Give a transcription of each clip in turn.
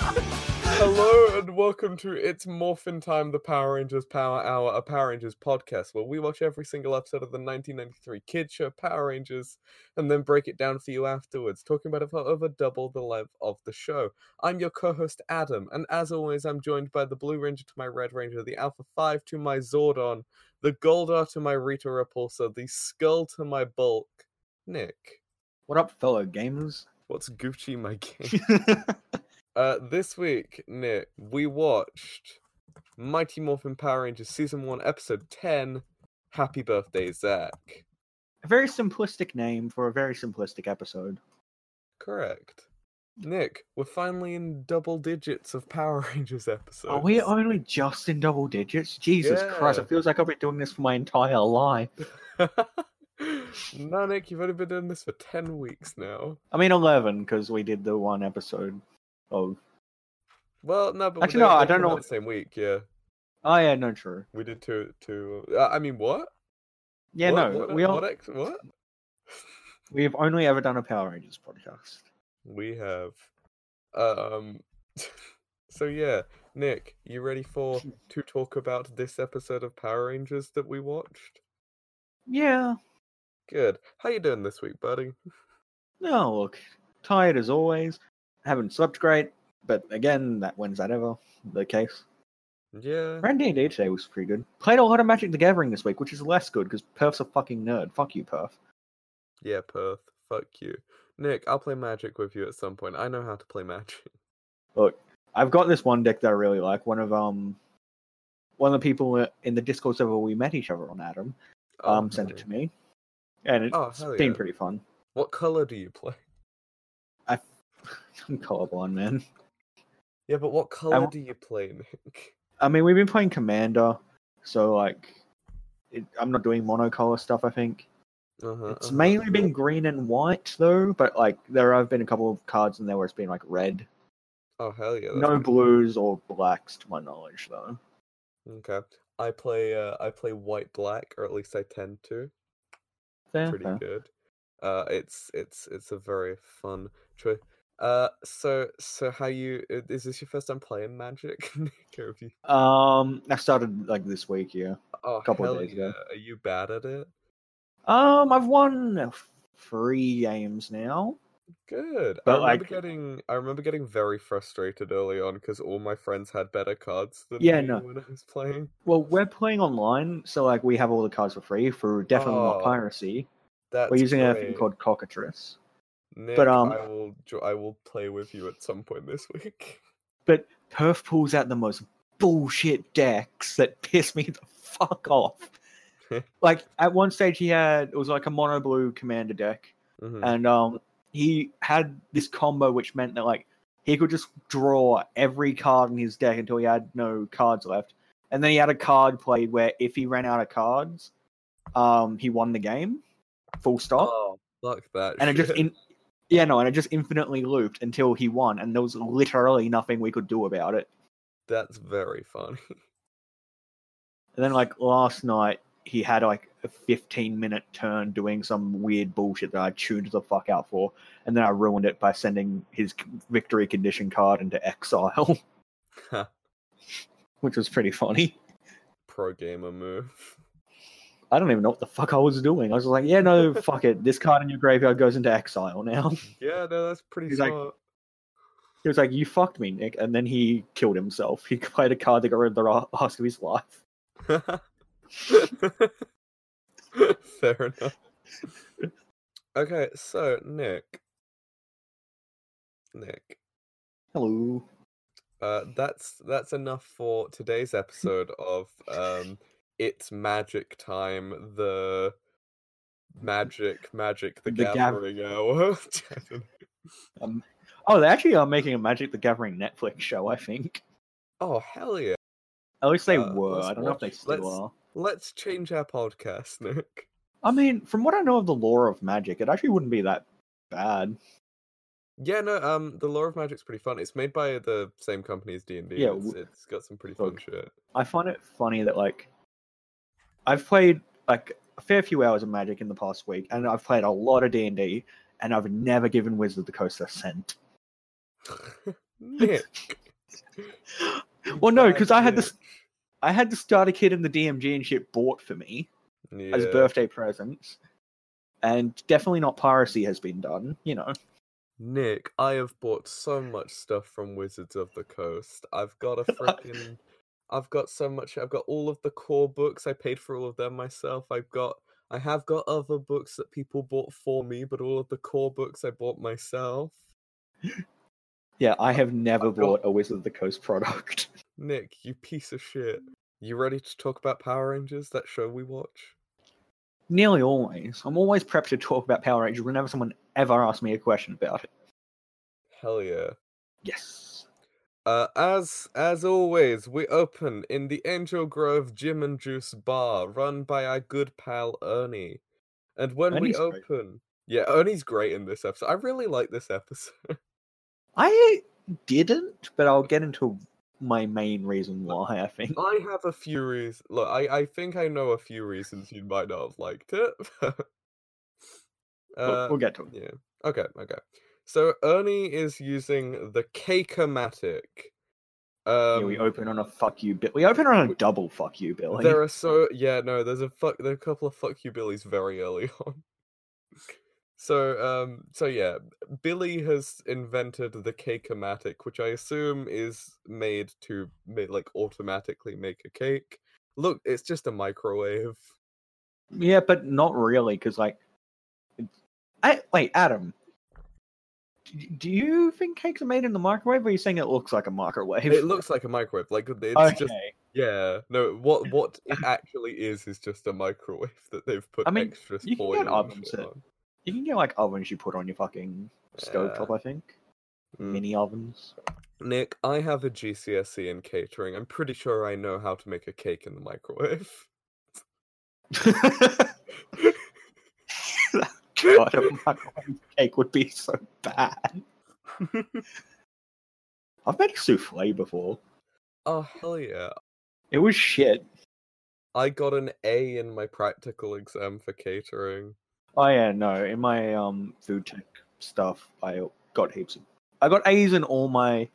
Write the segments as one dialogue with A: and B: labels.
A: Hello and welcome to It's Morphin Time, the Power Rangers Power Hour, a Power Rangers podcast where we watch every single episode of the 1993 kid show Power Rangers and then break it down for you afterwards, talking about it for over double the length of the show. I'm your co host Adam, and as always, I'm joined by the Blue Ranger to my Red Ranger, the Alpha 5 to my Zordon, the Goldar to my Rita Repulsa, the Skull to my Bulk, Nick.
B: What up, fellow gamers?
A: What's Gucci, my king? Uh, this week, Nick, we watched Mighty Morphin Power Rangers Season 1, Episode 10 Happy Birthday, Zack.
B: a very simplistic name for a very simplistic episode.
A: Correct. Nick, we're finally in double digits of Power Rangers episodes.
B: Are we Oh, only just in double digits? Jesus Christ,
A: Yeah.
B: it feels like I've been doing this for my entire life.
A: no, Nick, you've only been doing this for 10 weeks now.
B: I mean, 11, because we did the one episode of.
A: Well, no, but
B: Actually,
A: they-
B: no, I
A: they
B: don't
A: come out
B: know-
A: The same week, yeah.
B: Oh, yeah, no, true.
A: We did two. two uh, I mean, what?
B: Yeah,
A: What-
B: no,
A: what,
B: we,
A: What? e-
B: are,
A: ex- what?
B: we have only ever done a Power Rangers podcast.
A: We have. Um. so yeah, Nick, you ready for to talk about this episode of Power Rangers that we watched?
B: Yeah,
A: Good. How you doing this week, buddy?
B: no, look, tired as always. Haven't slept great, but again, that when's that ever the case?
A: Yeah.
B: Ran D&D today was pretty good. Played a lot of Magic the Gathering this week, which is less good because Perth's a fucking nerd. Fuck you, Perth.
A: Yeah, Perth. Fuck you, Nick. I'll play Magic with you at some point. I know how to play Magic.
B: I've got this one deck that I really like. One of um, one of the people in the Discord server we met each other on, Adam,
A: Oh,
B: um, sent it
A: hell
B: to me, and it's
A: Oh, hell
B: been
A: yeah.
B: pretty fun.
A: yeah. What color do you play?
B: I'm colorblind, man.
A: Yeah, but what color
B: wa-
A: do you play, Nick?
B: I mean, we've been playing Commander, so like, it, I'm not doing monocolor stuff. I think
A: Uh-huh,
B: it's
A: uh-huh.
B: mainly been green and white though, but like there have been a couple of cards in there where it's been like red.
A: Oh hell yeah! that's
B: No
A: pretty-
B: blues or blacks, to my knowledge, though.
A: Okay. I play. Uh, I play white black, or at least I tend to.
B: Fair,
A: pretty
B: fair.
A: good. Uh, it's it's it's a very fun choice. Uh, so so how you uh, is this your first time playing Magic? Nick, or have you,
B: Um, I started like this week, yeah.
A: oh,
B: Couple of
A: hell
B: days ago.
A: yeah, Are you bad at it?
B: Um, I've won uh, three games now.
A: Good. I
B: But,
A: remember
B: like-
A: getting I remember getting very frustrated early on because all my friends had better cards than
B: Yeah,
A: me
B: no.
A: when I was playing.
B: Well, we're playing online, so like we have all the cards for free for definitely
A: Oh,
B: not piracy.
A: That's
B: we're using
A: great.
B: a thing called Cockatrice.
A: Nick,
B: um,
A: I will jo- I will play with you at some point this week.
B: But Perth pulls out the most bullshit decks that piss me the fuck off. like at one stage, he had it was like a mono blue commander deck,
A: Mhm.
B: and um he had this combo which meant that like he could just draw every card in his deck until he had no cards left and then he had a card played where if he ran out of cards um he won the game full stop
A: Oh, fuck that.
B: and it just
A: shit.
B: in yeah no and it just infinitely looped until he won and there was literally nothing we could do about it
A: that's very funny.
B: and then like last night he had like a 15 minute turn doing some weird bullshit that I tuned the fuck out for, and then I ruined it by sending his c- victory condition card into exile, which was pretty funny.
A: pro gamer move.
B: I don't even know what the fuck I was doing. I was like, yeah, no, fuck it. This card in your graveyard goes into exile now.
A: Yeah, no, that's pretty
B: He's like-
A: smart.
B: He was like, you fucked me, Nick. And then he killed himself. He played a card that got rid of the ra- rest of his life.
A: Fair enough. Okay, so Nick, Nick,
B: Hello.
A: uh, that's that's enough for today's episode of um, it's magic time. The magic, magic, the,
B: The gath-
A: gathering hour. I don't know.
B: Um, oh, they actually are making a Magic the Gathering Netflix show, I think.
A: oh hell yeah!
B: At least they
A: Uh,
B: were.
A: let's
B: I don't know if they
A: watch-
B: still
A: let's-
B: are.
A: Let's change our podcast, Nick.
B: I mean, from what I know of the lore of magic, it actually wouldn't be that bad.
A: Yeah, no, um, the Law of Magic's pretty fun. It's made by the same company as D and D.
B: Yeah,
A: it's,
B: w-
A: it's got some pretty fun
B: look.
A: shit.
B: I find it funny that like I've played like a fair few hours of Magic in the past week, and I've played a lot of D and D, and I've never given Wizard the Coast a cent.
A: Nick.
B: Well, no, because
A: Bad
B: I had
A: Nick.
B: this, I had the starter kit in the DMG and shit bought for me as
A: Yeah.
B: birthday presents, and definitely not piracy has been done. You know,
A: Nick, I have bought so much stuff from Wizards of the Coast. I've got a freaking. I've got so much. I've got all of the core books. I paid for all of them myself. I've got. I have got other books that people bought for me, but all of the core books I bought myself.
B: yeah, I have never
A: I've got-
B: bought a Wizard of the Coast product.
A: Nick, you piece of shit.
B: Mm.
A: You ready to talk about Power Rangers, that show we watch?
B: Nearly always, I'm always prepped to talk about Power Rangers whenever someone ever asks me a question about it.
A: Hell yeah.
B: Yes.
A: Uh, as as always, we open in the Angel Grove Gym and Juice Bar, run by our good pal Ernie. And when we
B: Ernie's great.
A: open, yeah, Ernie's great in this episode. I really like this episode.
B: I didn't, but I'll get into my main reason why I think.
A: I have a few reasons. Look, I I think I know a few reasons you might not have liked it. but-
B: We'll-
A: uh,
B: we'll get to it.
A: yeah. Okay. Okay. So Ernie is using the Cake-O-Matic. Um,
B: yeah, we open on a fuck you bill. We open on a
A: we-
B: double fuck you bill.
A: There are so yeah no there's a fuck there are a couple of fuck you Billies very early on. So um so yeah Billy has invented the cake-o-matic which I assume is made to make like automatically make a cake. Look, it's just a microwave.
B: Yeah, but not really, because like, it's- I wait, Adam. d- Do you think cakes are made in the microwave? Or are you saying it looks like a microwave?
A: It looks like a microwave. Like it's
B: okay.
A: just yeah no what what it actually is is just a microwave that they've put
B: I mean,
A: extra
B: you can
A: foil
B: get
A: and
B: ovens
A: shit
B: that-
A: on.
B: You can get like ovens you put on your fucking stove
A: Yeah.
B: top, I think.
A: Mm.
B: Mini ovens.
A: Nick, I have a GCSE E in catering. I'm pretty sure I know how to make a cake in the microwave.
B: God, a microwave cake would be so bad. I've made a souffle before.
A: oh hell yeah.
B: It was shit.
A: I got an A in my practical exam for catering.
B: Oh yeah, no. In my um food tech stuff, I got heaps. Of, I got A's in all my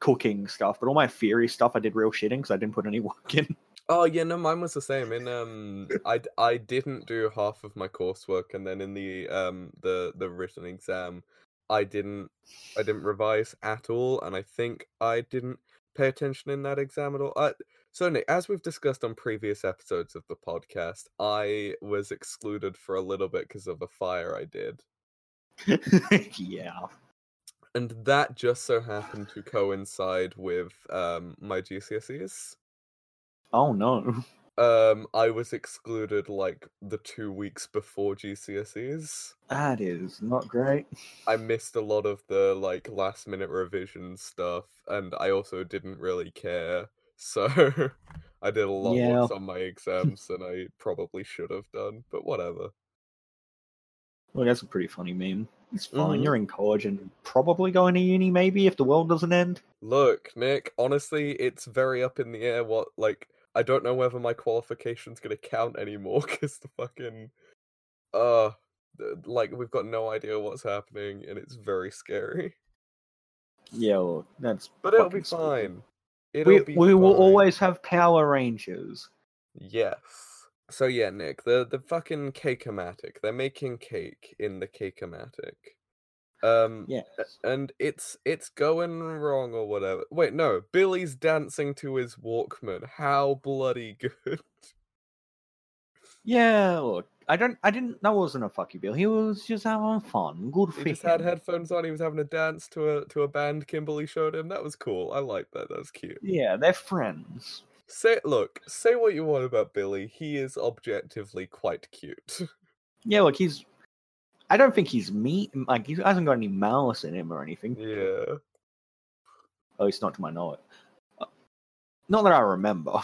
B: cooking stuff, but all my theory stuff, I did real shit in because I didn't put any work in.
A: Oh yeah, no, mine was the same. In um I d- I didn't do half of my coursework and then in the um the the written exam I didn't I didn't revise at all and I think I didn't pay attention in that exam at all. I, so Nick, as we've discussed on previous episodes of the podcast, I was excluded for a little bit because of a fire I did.
B: yeah.
A: And that just so happened to coincide with um my GCSEs.
B: Oh no.
A: Um, I was excluded like the two weeks before GCSEs.
B: That is not great.
A: I missed a lot of the like last minute revision stuff, and I also didn't really care. So I did a lot
B: Yeah.
A: worse on my exams than I probably should have done, but whatever.
B: Well, that's a pretty funny meme. It's fine.
A: Mhm.
B: You're in college and probably going to uni, maybe if the world doesn't end.
A: Look, Nick, honestly, it's very up in the air what like I don't know whether my qualification's gonna count anymore because the fucking uh th- like we've got no idea what's happening and it's very scary.
B: Yeah, well, that's.
A: But it'll be
B: fucking stupid.
A: fine. It'll
B: We,
A: be
B: we will
A: fine.
B: always have Power Rangers.
A: Yes. So yeah, Nick, the the fucking cake-o-matic. They're making cake in the cake-o-matic. Um
B: Yes.
A: and it's it's going wrong or whatever. Wait, no, Billy's dancing to his Walkman. How bloody good.
B: Yeah, look, I don't, I didn't. That wasn't a fuck you, Bill. He was just having fun. Good for
A: He just had
B: him.
A: headphones on, he was having a dance to a to a band Kimberly showed him. That was cool. I like that. That was cute.
B: Yeah, they're friends.
A: Say look, say what you want about Billy. He is objectively quite cute.
B: Yeah, look, he's. I don't think he's mean. Like he hasn't got any malice in him or anything.
A: yeah.
B: At least not to my knowledge. Uh, Not that I remember.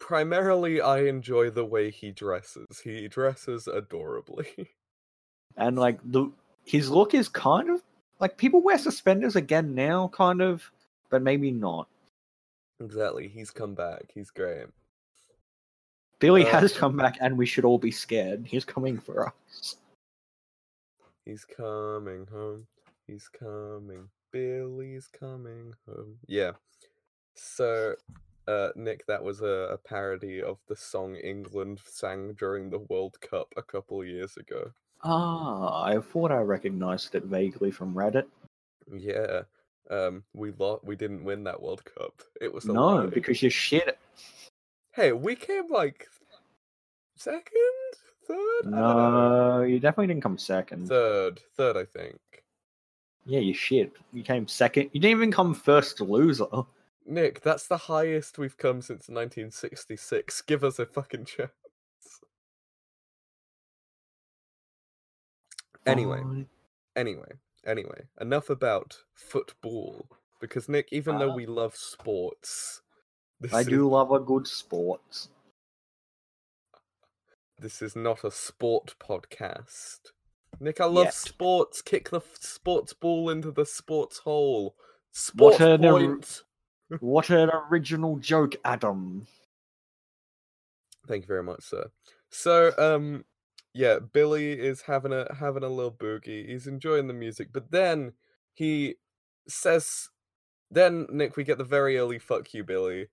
A: primarily I enjoy the way he dresses. He dresses adorably.
B: And like the his look is kind of like people wear suspenders again now, kind of, but maybe not.
A: exactly. He's come back. He's great.
B: Billy
A: Uh,
B: has come back, and we should all be scared. He's coming for us.
A: He's coming home. He's coming. Billy's coming home. Yeah. So, uh, Nick, that was a, a parody of the song England sang during the World Cup a couple years ago.
B: Ah, I thought I recognized it vaguely from Reddit.
A: Yeah. Um, we lost. We didn't win that World Cup. It was a
B: no,
A: lie.
B: because you're shit.
A: hey, we came like second, third. I don't know.
B: No, you definitely didn't come second.
A: Third, third, I think.
B: yeah, you shit. You came second. You didn't even come first, loser.
A: Nick, that's the highest we've come since 1966. Give us a fucking chance. Anyway,
B: Fine.
A: anyway, anyway, enough about football. Because, Nick, even though
B: Uh,
A: we love sports, this,
B: I
A: is,
B: do love a good sports.
A: this is not a sport podcast. Nick, I love
B: Yet.
A: sports. Kick the f- sports ball into the sports hole. Sports
B: What an or-
A: point.
B: What an original joke, Adam.
A: Thank you very much, sir. So, um, yeah, Billy is having a having a little boogie. He's enjoying the music, but then he says, "Then Nick, we get the very early fuck you, Billy."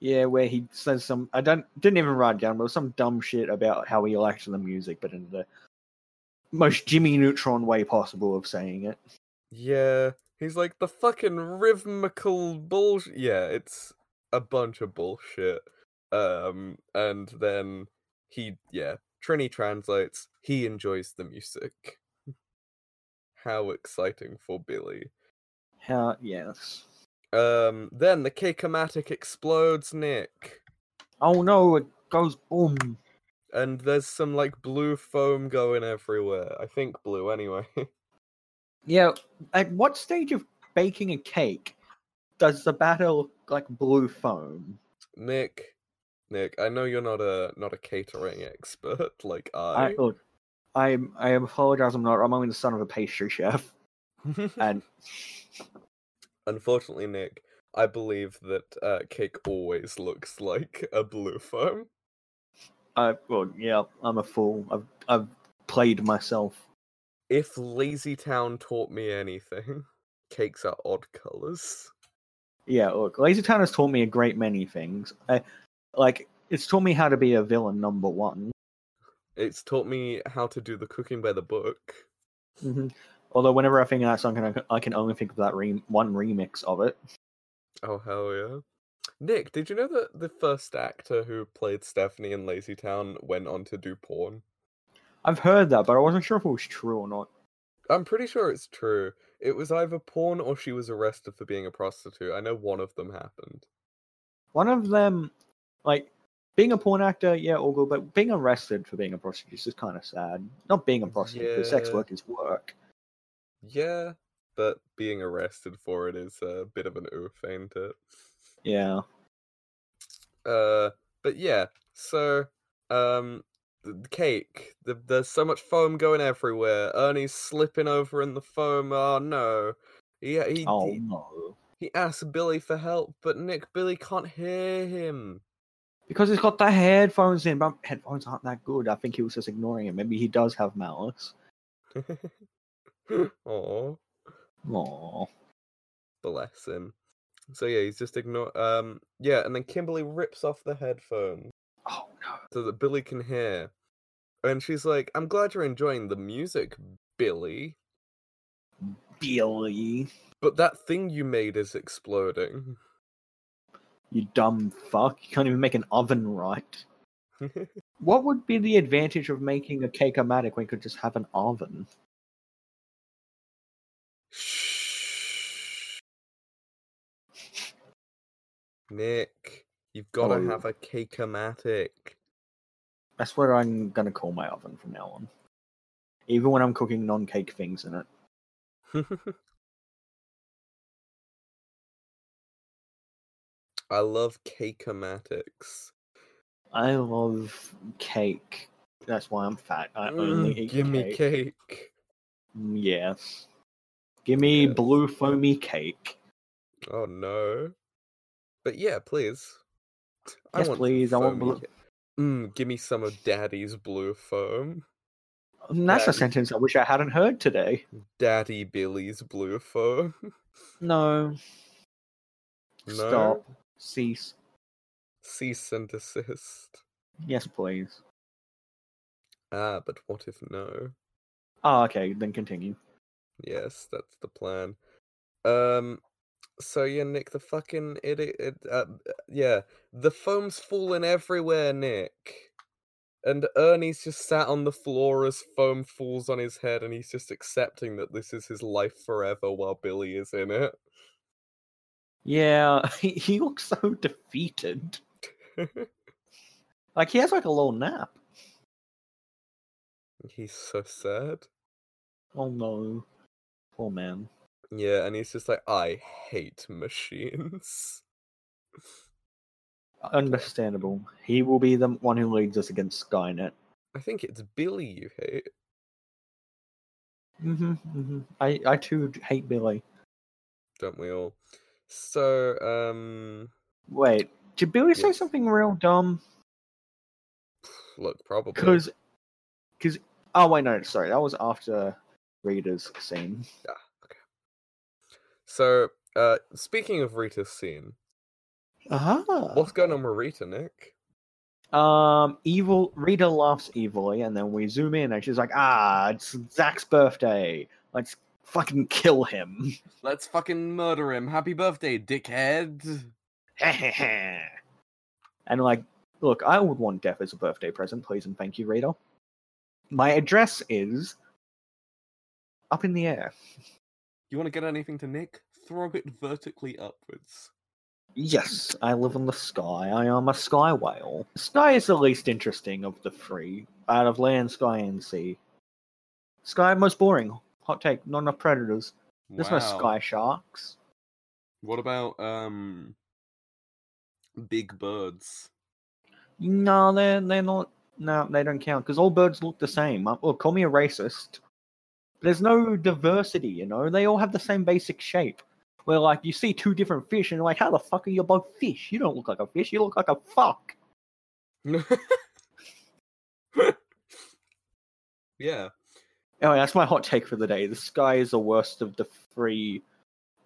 B: Yeah, where he says some I don't didn't even write it down, but it was some dumb shit about how he likes the music, but in the most Jimmy Neutron way possible of saying it.
A: Yeah, he's like the fucking rhythmical bullshit. Yeah, it's a bunch of bullshit. Um, and then he, yeah, Trini translates. He enjoys the music. How exciting for Billy.
B: How yes.
A: Um, then the Kikomatic explodes, Nick,
B: Oh no, it goes boom.
A: and there's some like blue foam going everywhere. I think blue, anyway.
B: Yeah. At what stage of baking a cake does the batter look like blue foam?
A: Nick, Nick, I know you're not a not a catering expert like
B: I
A: I.
B: look, I I apologize. I'm not. I'm only the son of a pastry chef, and
A: Unfortunately, Nick, I believe that uh, cake always looks like a blue foam.
B: I well, yeah, I'm a fool. I've I've played myself.
A: If Lazy Town taught me anything, cakes are odd colors.
B: Yeah, look, Laser Town has taught me a great many things. I, like, it's taught me how to be a villain number one.
A: It's taught me how to do the cooking by the book.
B: hmm Although, whenever I think of that song, I can, I can only think of that re- one remix of it.
A: Oh hell yeah. Nick, did you know that the first actor who played Stephanie in Lazy Town went on to do porn?
B: I've heard that, but I wasn't sure if it was true or not.
A: I'm pretty sure it's true. It was either porn or she was arrested for being a prostitute. I know one of them happened.
B: One of them, like, being a porn actor, yeah, all good, but being arrested for being a prostitute is kind of sad. Not being a prostitute, because sex
A: Yeah.
B: work is work.
A: Yeah, but being arrested for it is a bit of an oof, ain't it?
B: Yeah.
A: Uh, but yeah, so um, the the cake. The, there's so much foam going everywhere. Ernie's slipping over in the foam. Oh no. Yeah, he,
B: Oh,
A: he
B: no.
A: He asks Billy for help, but Nick Billy can't hear him.
B: Because he's got the headphones in, but headphones aren't that good. I think he was just ignoring it. Maybe he does have malice.
A: Oh,
B: Aww.
A: bless him. So yeah, he's just ignore. Um, yeah, and then Kimberly rips off the headphones
B: Oh no.
A: so that Billy can hear, and she's like, "I'm glad you're enjoying the music, Billy,
B: Billy,
A: but that thing you made is exploding."
B: you dumb fuck. You can't even make an oven right. What would be the advantage of making a cake o matic when you could just have an oven?
A: Shh, Nick, you've got to
B: Oh.
A: have a cake-o-matic.
B: That's what I'm gonna call my oven from now on. Even when I'm cooking non cake things in it.
A: I love cake-o-matics.
B: I love cake. That's why I'm fat. I
A: Mm,
B: only eat
A: give me
B: cake.
A: cake.
B: Mm, Yes. Give me
A: Yes.
B: blue foamy cake.
A: Oh no. But yeah, please.
B: Yes, please, I want
A: foamy
B: blue-
A: ca- Mm, give me some of Daddy's blue foam.
B: And that's a
A: That-
B: sentence I wish I hadn't heard today.
A: Daddy Billy's blue foam.
B: No.
A: No.
B: Stop. Cease.
A: Cease and desist.
B: Yes, please.
A: Ah, but what if no?
B: Oh, okay. Then continue.
A: Yes, that's the plan. Um, so yeah, Nick, the fucking idiot. It, uh, yeah, the foam's falling everywhere, Nick. And Ernie's just sat on the floor as foam falls on his head, and he's just accepting that this is his life forever while Billy is in it.
B: Yeah, he, he looks so defeated. Like he has like a little nap.
A: he's so sad.
B: Oh no. Poor man.
A: Yeah, and he's just like, I hate machines.
B: Understandable. He will be the one who leads us against Skynet.
A: I think it's Billy you hate.
B: hmm hmm I, I too d- hate Billy.
A: don't we all? So, um,
B: Wait, did Billy say
A: Yes.
B: something real dumb?
A: look, probably
B: Because, because, oh wait, no, sorry, that was after Rita's scene.
A: So, uh, speaking of Rita's scene,
B: Ah.
A: what's going on with Rita, Nick?
B: Um, evil Rita laughs evilly, and then we zoom in, and she's like, "Ah, it's Zach's birthday. Let's fucking kill him."
A: Let's fucking murder him. Happy birthday, dickhead.
B: and like, look, I would want death as a birthday present, please and thank you, Rita. My address is up in the air.
A: You want to get anything to Nick? Throw it vertically upwards.
B: Yes, I live in the sky. I am a sky whale. Sky is the least interesting of the three out of land, sky, and sea. Sky most boring. Hot take. Not enough predators. There's no
A: Wow.
B: sky sharks.
A: What about um, big birds?
B: No, they're they're not. No, they don't count because all birds look the same. Uh, Well, call me a racist. There's no diversity, you know. They all have the same basic shape. Where like you see two different fish and you're like, how the fuck are you both fish? You don't look like a fish. You look like a fuck.
A: yeah.
B: Anyway, that's my hot take for the day. The sky is the worst of the three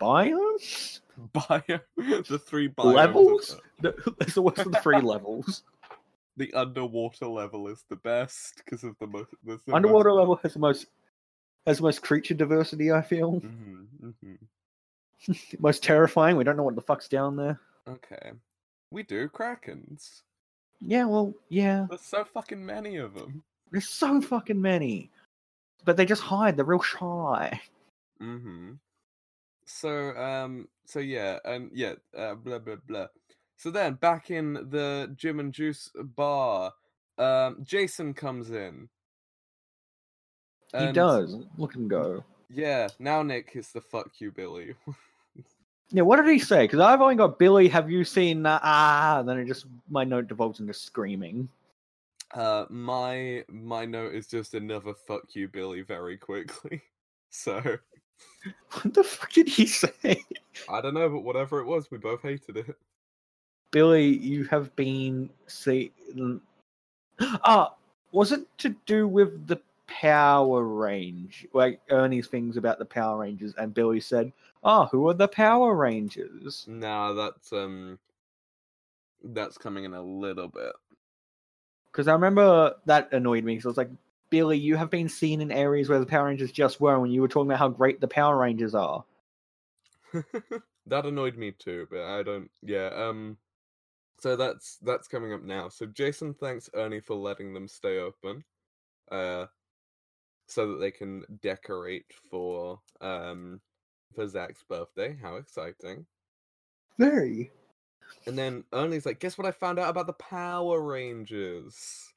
B: biomes.
A: Bio, the three biomes. of
B: Levels?
A: Earth.
B: The- It's the worst of the three levels.
A: The underwater level is the best because of the most. there's the most-
B: Underwater level has the most has the most creature diversity. I feel
A: Mhm, mhm.
B: most terrifying. We don't know what the fuck's down there.
A: Okay. We do krakens.
B: Yeah, well, yeah.
A: There's so fucking many of them.
B: There's so fucking many. But they just hide. They're real shy.
A: Mm-hmm. So um, so yeah, and yeah, uh, blah blah blah. So then, back in the Jim and Juice bar, um, Jason comes in.
B: he
A: And,
B: does. Look and go.
A: Yeah. Now Nick is the fuck you, Billy.
B: Yeah, what did he say? Because I've only got Billy. Have you seen uh, ah? And then it just my note devolves into screaming.
A: Uh, my my note is just another fuck you, Billy, very quickly. So
B: What the fuck did he say?
A: I don't know, but whatever it was, we both hated it.
B: Billy, you have been see. mm. Ah, was it to do with the Power Range? Like Ernie's things about the Power Rangers, and Billy said, "Ah, who are the Power Rangers?"
A: No, that's um that's coming in a little bit.
B: Because I remember that annoyed me. So I was like, Billy, you have been seen in areas where the Power Rangers just were when you were talking about how great the Power Rangers are.
A: that annoyed me too, but I don't yeah, um so that's that's coming up now. So Jason thanks Ernie for letting them stay open. Uh so that they can decorate for um for Zach's birthday. How exciting.
B: Very.
A: And then Ernie's like, guess what I found out about the Power Rangers?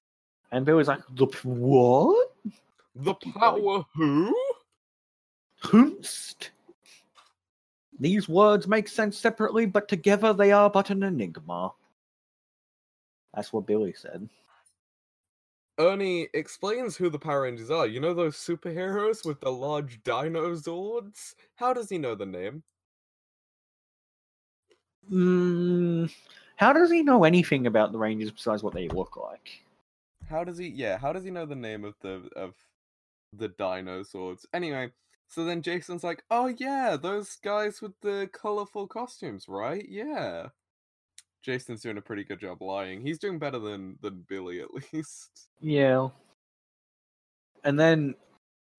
B: And Billy's like, the p- what?
A: The
B: Fuck you, Billy.
A: Power Who?
B: Hoomst? These words make sense separately, but together they are but an enigma. That's what Billy said.
A: Ernie explains who the Power Rangers are. You know those superheroes with the large dinosaurs? How does he know the name?
B: Mm, How does he know anything about the Rangers besides what they look like?
A: How does he? Yeah, how does he know the name of the of the dinosaurs? Anyway, so then Jason's like, "Oh yeah, those guys with the colorful costumes, right? Yeah." Jason's doing a pretty good job lying. He's doing better than than Billy at least.
B: Yeah. And then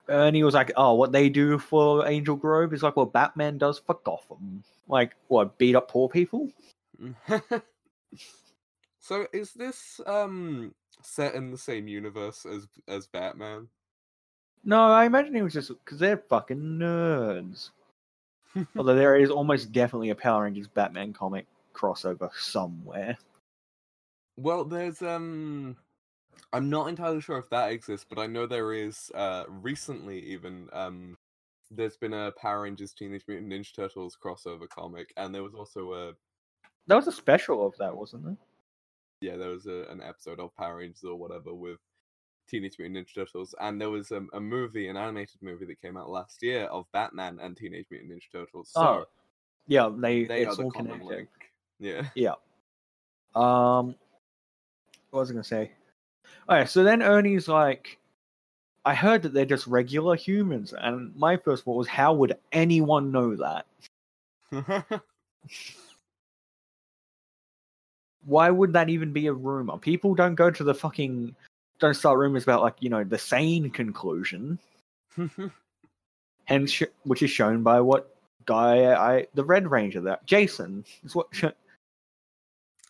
B: Ernie was like, "Oh, what they do for Angel Grove is like what Batman does for Gotham. Like, what beat up poor people?
A: so is this um set in the same universe as as Batman?
B: No, I imagine it was just because they're fucking nerds.
A: Hmm.
B: Although there is almost definitely a Power Rangers Batman comic crossover somewhere.
A: Well, there's um I'm not entirely sure if that exists, but I know there is uh recently even um there's been a Power Rangers Teenage Mutant Ninja Turtles crossover comic and there was also a
B: That was a special of that, wasn't there?
A: yeah, there was a, an episode of Power Rangers or whatever with Teenage Mutant Ninja Turtles, and there was um, a movie, an animated movie that came out last year of Batman and Teenage Mutant Ninja Turtles. So
B: Oh, Yeah, they,
A: they are
B: it's
A: the
B: all
A: common
B: connected.
A: link. Yeah.
B: Um, what was I gonna say? All right, so then Ernie's like, I heard that they're just regular humans, and my first thought was, how would anyone know that? Why would that even be a rumor? People don't go to the fucking don't start rumors about like you know the sane conclusion, and sh- which is shown by what guy I the Red Ranger that Jason is what sh-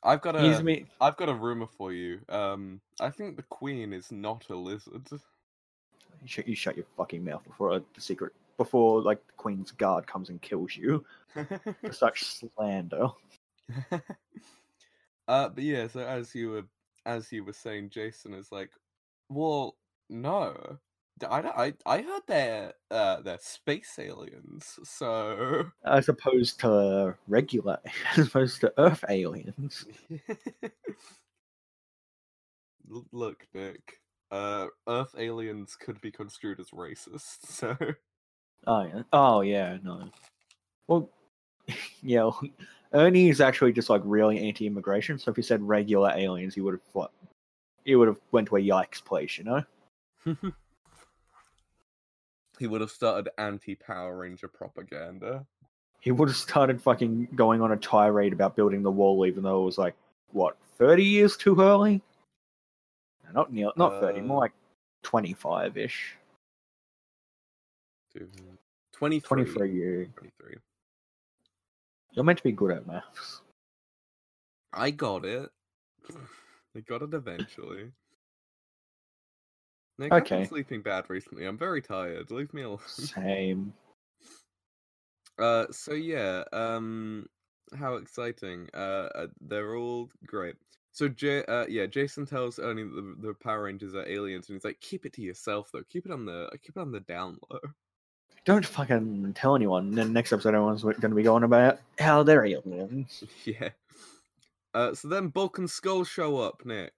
A: I've got
B: he's
A: a
B: me.
A: have got a rumor for you. Um, I think the Queen is not a lizard.
B: You shut, you shut your fucking mouth before uh, the secret before like the Queen's guard comes and kills you. for such slander.
A: uh, but yeah, so as you were as you were saying, Jason is like, well, no, D- I don't- I I heard they're uh they're space aliens, so
B: As opposed to regular, as opposed to Earth aliens.
A: L- look, Nick, uh, Earth aliens could be construed as racist, so
B: Oh yeah, oh, yeah no. Well, yeah, well, Ernie is actually just like really anti-immigration. So if he said regular aliens, he would have what? He would have went to a yikes place, you know.
A: he would have started anti Power Ranger propaganda.
B: He would have started fucking going on a tirade about building the wall, even though it was like what thirty years too early. No, Not near, not thirty, more
A: Uh,
B: like twenty-five ish,
A: Dude, 23.
B: twenty-three. years.
A: 23.
B: You're meant to be good at maths.
A: I got it. I got it eventually. Nick, I've been
B: Okay.
A: sleeping bad recently. I'm very tired. Leave me alone.
B: Same.
A: Uh, so yeah, um, how exciting! Uh, uh, they're all great. So, J- uh, yeah, Jason tells Ernie that the, the Power Rangers are aliens, and he's like, "Keep it to yourself, though. Keep it on the, keep it on the down low."
B: Don't fucking tell anyone. And then next episode, everyone's going to be going about how they're aliens.
A: yeah. Uh, so then Bulk and Skull show up, Nick.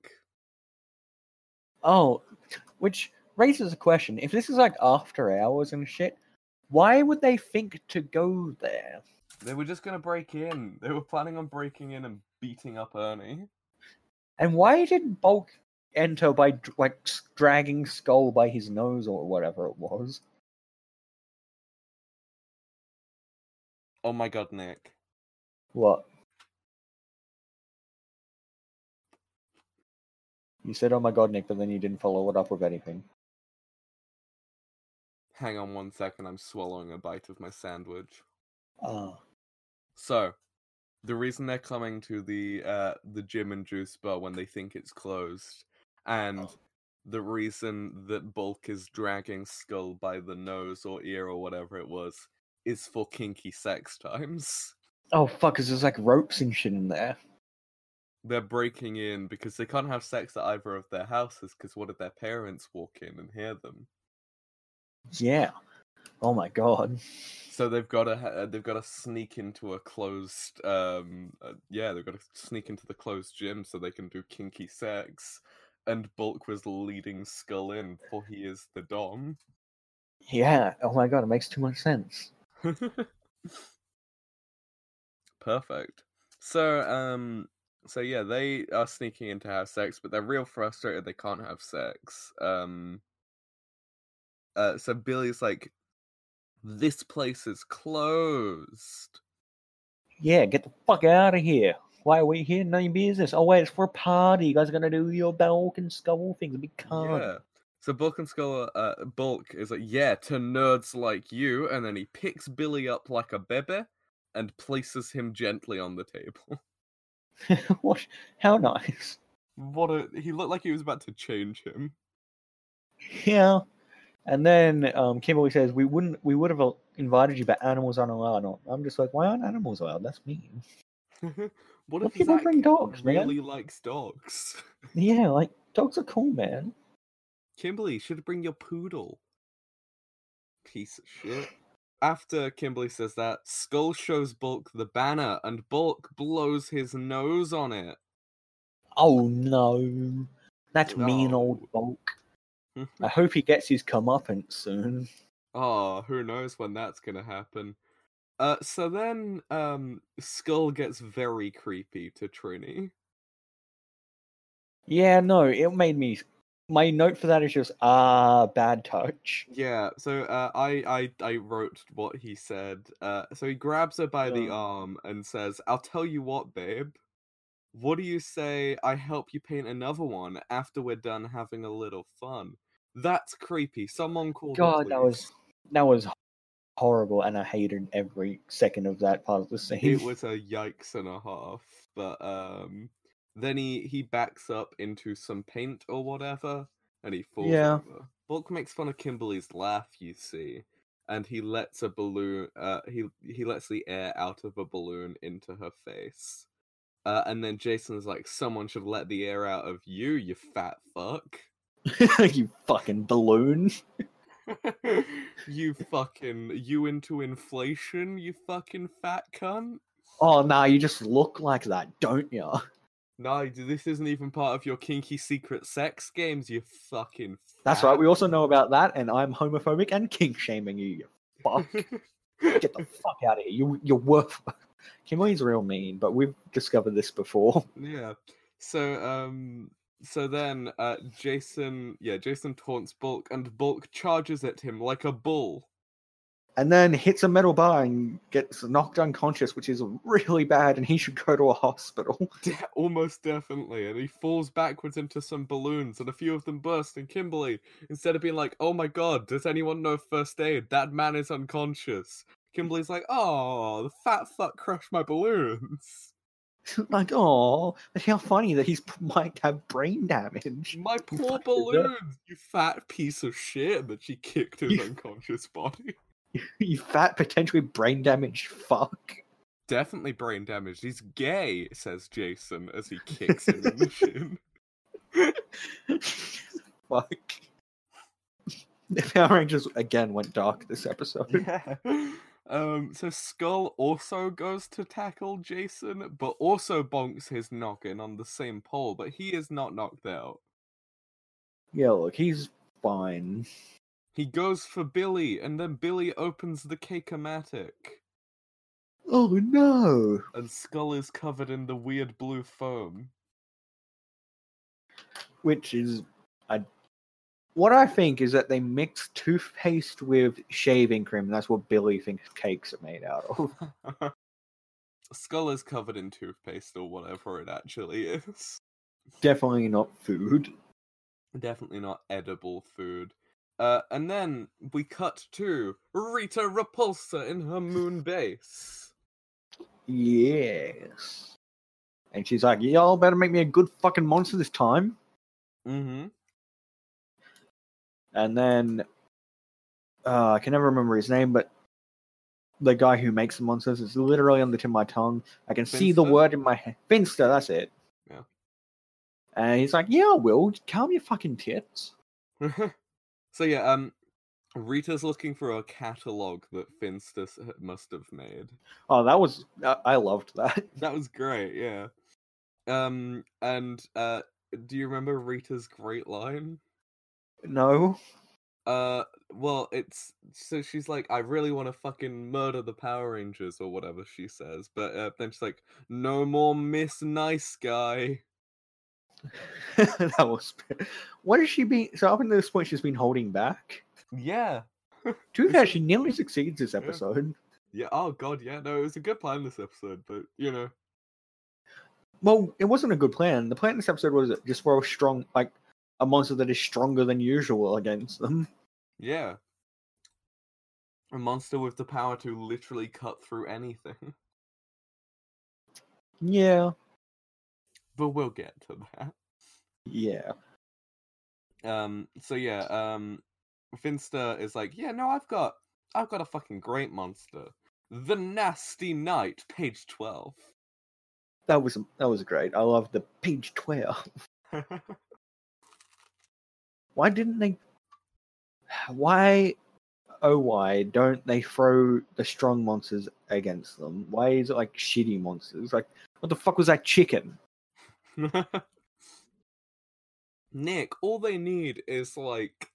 B: Oh, which raises a question. If this is like after hours and shit, why would they think to go there?
A: They were just gonna break in. They were planning on breaking in and beating up Ernie.
B: And why did Bulk enter by dr- like s- dragging Skull by his nose or whatever it was?
A: Oh my god, Nick!
B: What? You said, "Oh my god, Nick," but then you didn't follow it up with anything.
A: Hang on one second. I'm swallowing a bite of my sandwich.
B: Oh,
A: So, the reason they're coming to the uh the gym and juice bar when they think it's closed, and
B: Oh.
A: the reason that Bulk is dragging Skull by the nose or ear or whatever it was is for kinky sex times.
B: oh, fuck! Is there's like ropes and shit in there?
A: They're breaking in because they can't have sex at either of their houses because what if their parents walk in and hear them?
B: Yeah. Oh my god.
A: So they've got to ha- uh, they've got to sneak into a closed um uh, yeah they've got to sneak into the closed gym so they can do kinky sex. And Bulk was leading Skull in for he is the dom.
B: Yeah. Oh my god. It makes too much sense.
A: Perfect. So um So yeah, they are sneaking in to have sex, but they're real frustrated they can't have sex. Um uh so Billy's like this place is closed.
B: Yeah, get the fuck out of here. Why are we here? None of your business. Oh wait, it's for a party. You guys are gonna do your bulk and skull things. Big card.
A: Yeah. So Bulk and Skull uh, Bulk is like, yeah, to nerds like you, and then he picks Billy up like a bebe and places him gently on the table.
B: what? How nice.
A: What a he looked like he was about to change him.
B: Yeah. And then um, Kimberly says, "We wouldn't. We would have uh, invited you, but animals aren't allowed." And I'm just like, "Why aren't animals allowed? That's mean."
A: what
B: Well,
A: if
B: people
A: Zach
B: bring dogs, man.
A: really likes dogs?
B: Yeah, like dogs are cool, man.
A: Kimberly, you should bring your poodle. Piece of shit. After Kimberly says that, Skull shows Bulk the banner, and Bulk blows his nose on it.
B: Oh no, that's mean
A: No.
B: old bulk. I hope he gets his comeuppance soon.
A: Oh, who knows when that's gonna happen. Uh, so then, um, Skull gets very creepy to Trini.
B: Yeah, no, it made me. My note for that is just ah, bad touch.
A: Yeah, so uh, I, I I wrote what he said. Uh, so he grabs her by the
B: Yeah.
A: arm and says, "I'll tell you what, babe. What do you say? I help you paint another one after we're done having a little fun." That's creepy. Someone called.
B: God, that was that was horrible, and I hated every second of that part of the scene.
A: it was a yikes and a half. But um, then he he backs up into some paint or whatever, and he falls
B: Yeah.
A: over. Bulk makes fun of Kimberly's laugh, you see, and he lets a balloon. Uh, he he lets the air out of a balloon into her face. Uh, and then Jason's like, "Someone should let the air out of you, you fat fuck."
B: you fucking balloon.
A: you fucking you into inflation, you fucking fat cunt.
B: Oh no, you just look like that, don't you?
A: No, d- this isn't even part of your kinky secret sex games, you fucking.
B: That's right. We also know about that, and I'm homophobic and kink shaming you. you fuck. Get the fuck out of here. You, you're worth. Kimberly's real mean, but we've discovered this before.
A: yeah. So um, so then uh, Jason, yeah, Jason taunts Bulk, and Bulk charges at him like a bull.
B: And then hits a metal bar and gets knocked unconscious, which is really bad, and he should go to a hospital.
A: De- almost definitely, and he falls backwards into some balloons, and a few of them burst. And Kimberly, instead of being like, "Oh my god, does anyone know first aid? That man is unconscious." Kimberly's like, "Oh, the fat fuck crushed my balloons."
B: like, oh, how funny that he's might have brain damage.
A: My poor
B: fuck is that?
A: balloons, you fat piece of shit that she kicked his
B: You-
A: unconscious body.
B: you fat, potentially brain damaged fuck.
A: Definitely brain damaged. He's gay, says Jason as he kicks him in the shin.
B: fuck. The Power Rangers again went dark this episode.
A: Yeah. Um, so Skull also goes to tackle Jason, but also bonks his noggin on the same pole, but he is not knocked out.
B: Yeah, look, he's fine.
A: He goes for Billy, and then Billy opens the cake-o-matic.
B: Oh no!
A: and Skull is covered in the weird blue foam.
B: Which is I what I think is that they mix toothpaste with shaving cream, and that's what Billy thinks cakes are made out of.
A: Skull is covered in toothpaste or whatever it actually is.
B: Definitely not food.
A: Definitely not edible food. Uh, and then we cut to Rita Repulsa in her moon base.
B: Yes. And she's like, y'all better make me a good fucking monster this time.
A: Mm-hmm.
B: and then uh, I can never remember his name, but the guy who makes the monsters is literally on the tip of my tongue. I can see the
A: Finster?
B: word in my head. Finster, that's it.
A: Yeah.
B: And he's like, "Yeah, I will calm your fucking tits."
A: so yeah, um, Rita's looking for a catalog that Finster s- must have made.
B: Oh, that was I, I loved that.
A: That was great, yeah. Um, and uh, do you remember Rita's great line?
B: no,
A: Uh, well, it's so she's like, I really want to fucking murder the Power Rangers or whatever she says, but uh, then she's like, no more Miss Nice Guy.
B: that was. What is she being? So up until this point, she's been holding back.
A: Yeah,
B: To be fair, she nearly succeeds this episode.
A: yeah. Oh god, yeah. No, it was a good plan this episode, but you know,
B: Well, it wasn't a good plan. The plan this episode was just for a strong, like a monster that is stronger than usual against them.
A: yeah, a monster with the power to literally cut through anything.
B: Yeah,
A: But we'll get to that.
B: yeah.
A: Um. So yeah. Um. Finster is like, yeah, no, I've got, I've got a fucking great monster, the Nasty Knight, page twelve.
B: That was that was great. I love the page twelve. Why didn't they? Why, oh why don't they throw the strong monsters against them? Why is it like shitty monsters? Like what the fuck was that chicken?
A: Nick, all they need is like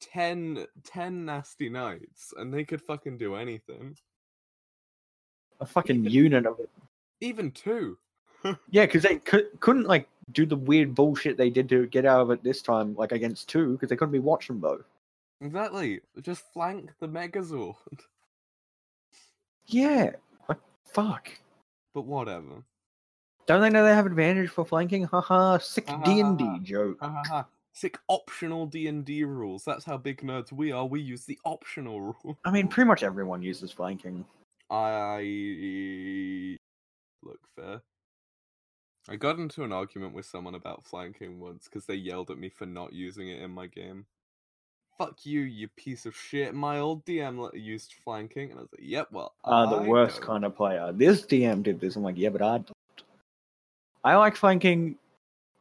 A: 10, 10 Nasty Knights, and they could fucking do anything.
B: A fucking unit of
A: Even two.
B: Yeah, because they cou- couldn't like do the weird bullshit they did to get out of it this time, like against two, because they couldn't be watching both.
A: Exactly. Just flank the Megazord.
B: Yeah, like fuck.
A: But whatever.
B: Don't they know they have advantage for flanking? Haha, sick
A: Ha ha
B: D
A: ha
B: and D
A: ha.
B: joke.
A: Ha ha ha. Sick optional D and D rules. That's how big nerds we are. We use the optional rule.
B: I mean, pretty much everyone uses flanking.
A: I look fair. I got into an argument with someone about flanking once because they yelled at me for not using it in my game. Fuck you, you piece of shit! My old DM let- used flanking, and I was like, "Yep, well,
B: Uh, the
A: I
B: worst
A: don't."
B: kind of player. This DM did this. I'm like, yeah, but I don't. I like flanking,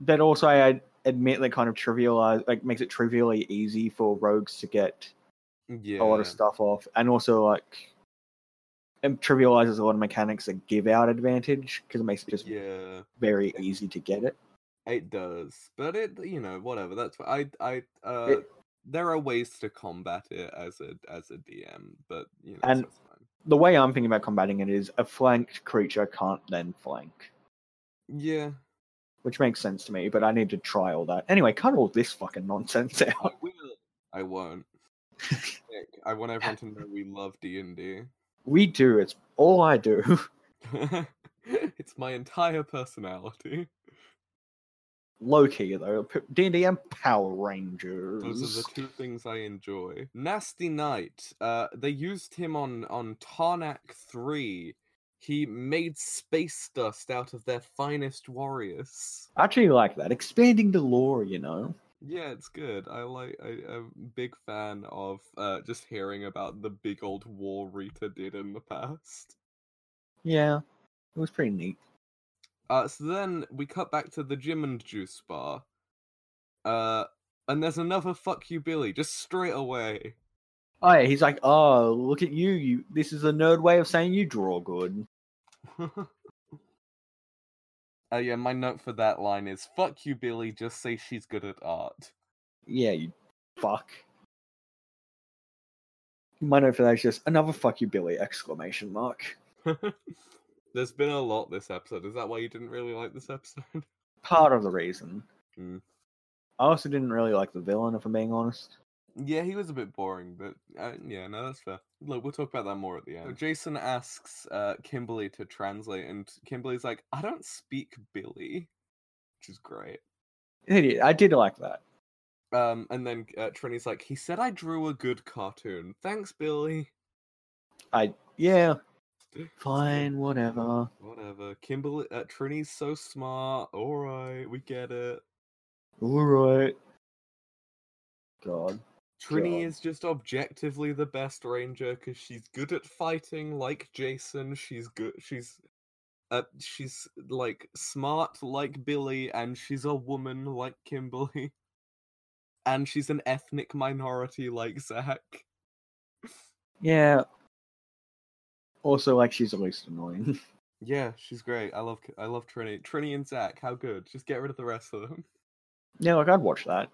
B: but also I ad- admit that kind of trivialize, like makes it trivially easy for rogues to get
A: Yeah,
B: a lot of stuff off, and also like it trivializes a lot of mechanics that give out advantage because it makes it just
A: yeah,
B: very easy to get it.
A: it does, but it, you know, whatever. That's what I, I, uh, there are ways to combat it as a as a DM, but you know,
B: And-
A: so it's fine.
B: The way I'm thinking about combating it is a flanked creature can't then flank,
A: yeah,
B: which makes sense to me. But I need to try all that anyway. Cut all this fucking nonsense
A: I
B: out.
A: will. I won't. Nick, I want everyone to know we love D and D.
B: We do. It's all I do.
A: It's my entire personality.
B: Low key though. D and D and Power Rangers.
A: Those are the two things I enjoy. Nasty Knight. Uh, they used him on on Tarnak Three. He made space dust out of their finest warriors.
B: I actually like that. Expanding the lore, you know.
A: Yeah, it's good. I like. I, I'm a big fan of uh, just hearing about the big old war Rita did in the past.
B: Yeah, it was pretty neat.
A: Uh, so then we cut back to the gym and juice bar. Uh, and there's another fuck you, Billy, just straight away.
B: Oh yeah, he's like, oh, look at you. You, this is a nerd way of saying you draw good.
A: Oh, Uh, yeah, my note for that line is fuck you, Billy, just say she's good at art.
B: Yeah, you fuck. My note for that is just another fuck you, Billy! Exclamation mark.
A: there's been a lot this episode. Is that why you didn't really like this episode?
B: Part of the reason.
A: Mm.
B: I also didn't really like the villain, if I'm being honest.
A: Yeah, he was a bit boring, but uh, yeah, no, that's fair. Look, we'll talk about that more at the end. So Jason asks uh, Kimberly to translate, and Kimberly's like, I don't speak Billy, which is great.
B: Idiot. I did like that.
A: Um, and then uh, Trini's like, he said I drew a good cartoon. Thanks, Billy.
B: Yeah, fine, whatever.
A: Whatever. Kimberly, uh, Trini's so smart. All right, we get it.
B: All right. God.
A: Trini
B: God.
A: is just objectively the best ranger because she's good at fighting, like Jason. She's good. She's, uh, she's like smart, like Billy, and she's a woman, like Kimberly, and she's an ethnic minority, like Zach.
B: Yeah. Also, like, she's at least annoying.
A: Yeah, she's great. I love K- I love Trini. Trini and Zach, how good. Just get rid of the rest of them.
B: yeah, like, I'd watch that.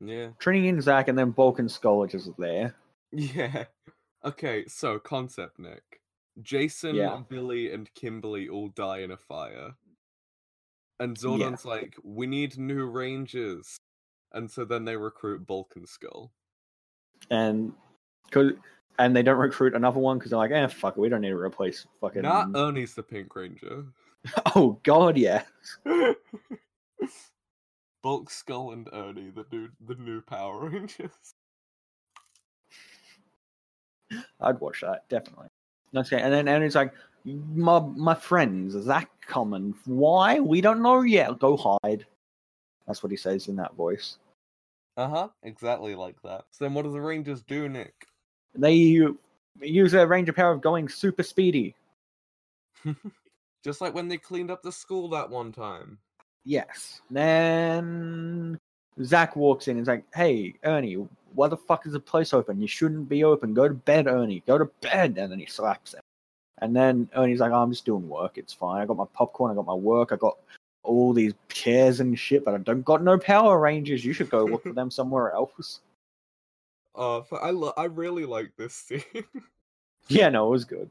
A: Yeah.
B: Trinity and Zack, and then Balkan Skull are just there.
A: Yeah. Okay, so concept Nick. Jason,
B: Yeah.
A: Billy, and Kimberly all die in a fire. And Zordon's like, we need new rangers. And so then they recruit Bulk and Skull.
B: And cause, and they don't recruit another one because they're like, eh, fuck it, we don't need to replace fucking.
A: Not Ernie's the Pink Ranger.
B: oh god, yeah.
A: Bulk, Skull, and Ernie, the new the new Power Rangers.
B: I'd watch that definitely. That's okay. And then Andrew's like, my my friends, is that common? Why? We don't know yet. Go hide. That's what he says in that voice.
A: Uh huh, exactly like that. So then what do the Rangers do, Nick?
B: They u- use their ranger power of going super speedy.
A: Just like when they cleaned up the school that one time.
B: Yes. Then Zach walks in and is like, hey, Ernie, why the fuck is the place open? You shouldn't be open. Go to bed, Ernie. Go to bed. And then he slaps him. And then Ernie's like, "Oh, I'm just doing work. It's fine. I got my popcorn. I got my work. I got all these chairs and shit, but I don't got no Power Rangers. You should go look for them somewhere else.
A: Uh, f- I lo- I really like this scene.
B: Yeah, no, it was good.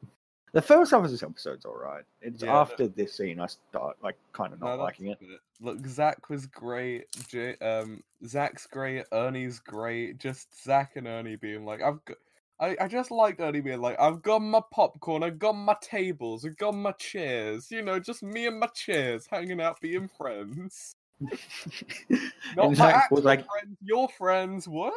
B: The first half of this episode's all right. It's
A: Yeah, no.
B: after this scene I start like kind of not
A: No,
B: liking it.
A: that's good. Look, Zach was great. J- um, Zach's great. Ernie's great. Just Zach and Ernie being like, I've got. I, I just liked Ernie being like, I've got my popcorn, I've got my tables, I've got my chairs, you know, just me and my chairs hanging out, being friends. Not
B: and
A: my
B: Zach
A: actual
B: was like,
A: friends, your friends, what?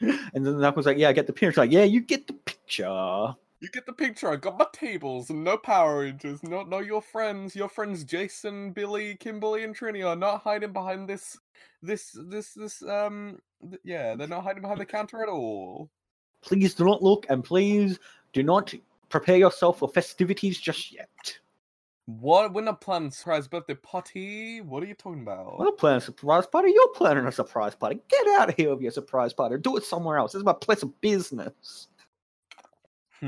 B: and then Zach was like, yeah, I get the picture. Like, yeah, you get the picture.
A: You get the picture. I got my tables and no Power Rangers. No, no, your friends, your friends Jason, Billy, Kimberly, and Trini are not hiding behind this, this, this, this. Um, th- yeah, they're not hiding behind the counter at all.
B: please do not look and please do not prepare yourself for festivities just yet.
A: What? We're not planning surprise birthday party. What are you talking about?
B: I'm not planning a surprise party. You're planning a surprise party. Get out of here with your surprise party. Do it somewhere else. This is my place of business.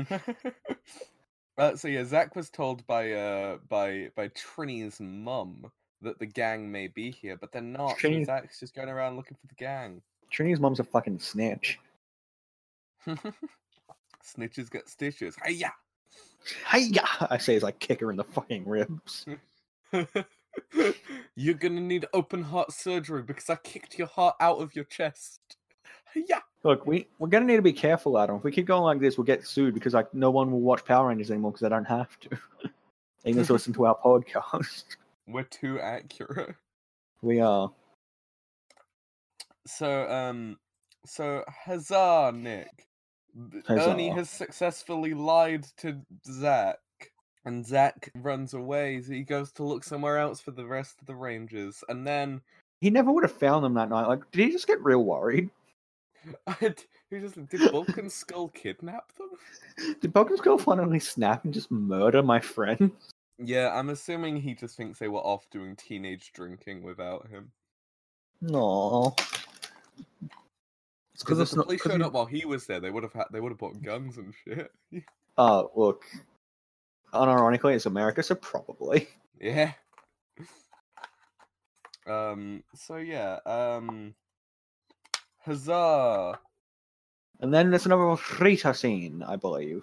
A: uh, so yeah, Zach was told by uh by by Trini's mum that the gang may be here, but they're not. so
B: Trini-
A: Zach's just going around looking for the gang.
B: Trini's mom's a fucking snitch.
A: Snitches get stitches. Hiya!
B: Hiya! I say as I kick her in the fucking ribs.
A: You're gonna need open heart surgery because I kicked your heart out of your chest. Yeah.
B: Look, we, we're gonna need to be careful, Adam. If we keep going like this, we'll get sued because like no one will watch Power Rangers anymore because they don't have to. they can just listen to our podcast.
A: We're too accurate.
B: We uh, are.
A: So um so huzzah, Nick. B- Ernie
B: Huzzah.
A: has successfully lied to Zach. And Zach runs away. So he goes to look somewhere else for the rest of the Rangers. And then
B: He never would have found them that night. Like, did he just get real worried?
A: who just did Bulk and Skull kidnap them?
B: Did Pokemon Skull finally snap and just murder my friend?
A: Yeah, I'm assuming he just thinks they were off doing teenage drinking without him.
B: No. It's
A: Because if the police
B: because
A: showed up while he was there, they would have had they would have bought guns and shit.
B: Oh, look. Unironically, it's America, so probably.
A: yeah. Um. So yeah. Um. Huzzah!
B: And then there's another Rita scene, I believe.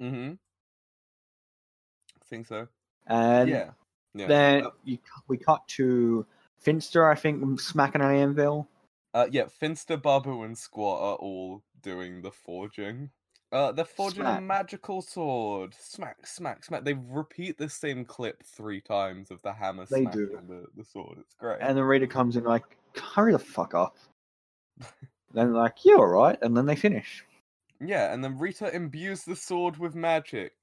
A: Mm-hmm. I think so.
B: And
A: yeah. Yeah.
B: then
A: uh,
B: you, we cut to Finster, I think, smacking an anvil.
A: uh, yeah. Finster, Babu, and Squat are all doing the forging. Uh, they're forging a
B: Smack.
A: magical sword. Smack, smack, smack. They repeat the same clip three times of the hammer
B: They
A: smacking
B: do.
A: the, the sword. It's great.
B: And the Rita comes in like, hurry the fuck up. then like, you're alright. And then they finish.
A: Yeah, and then Rita imbues the sword with magic.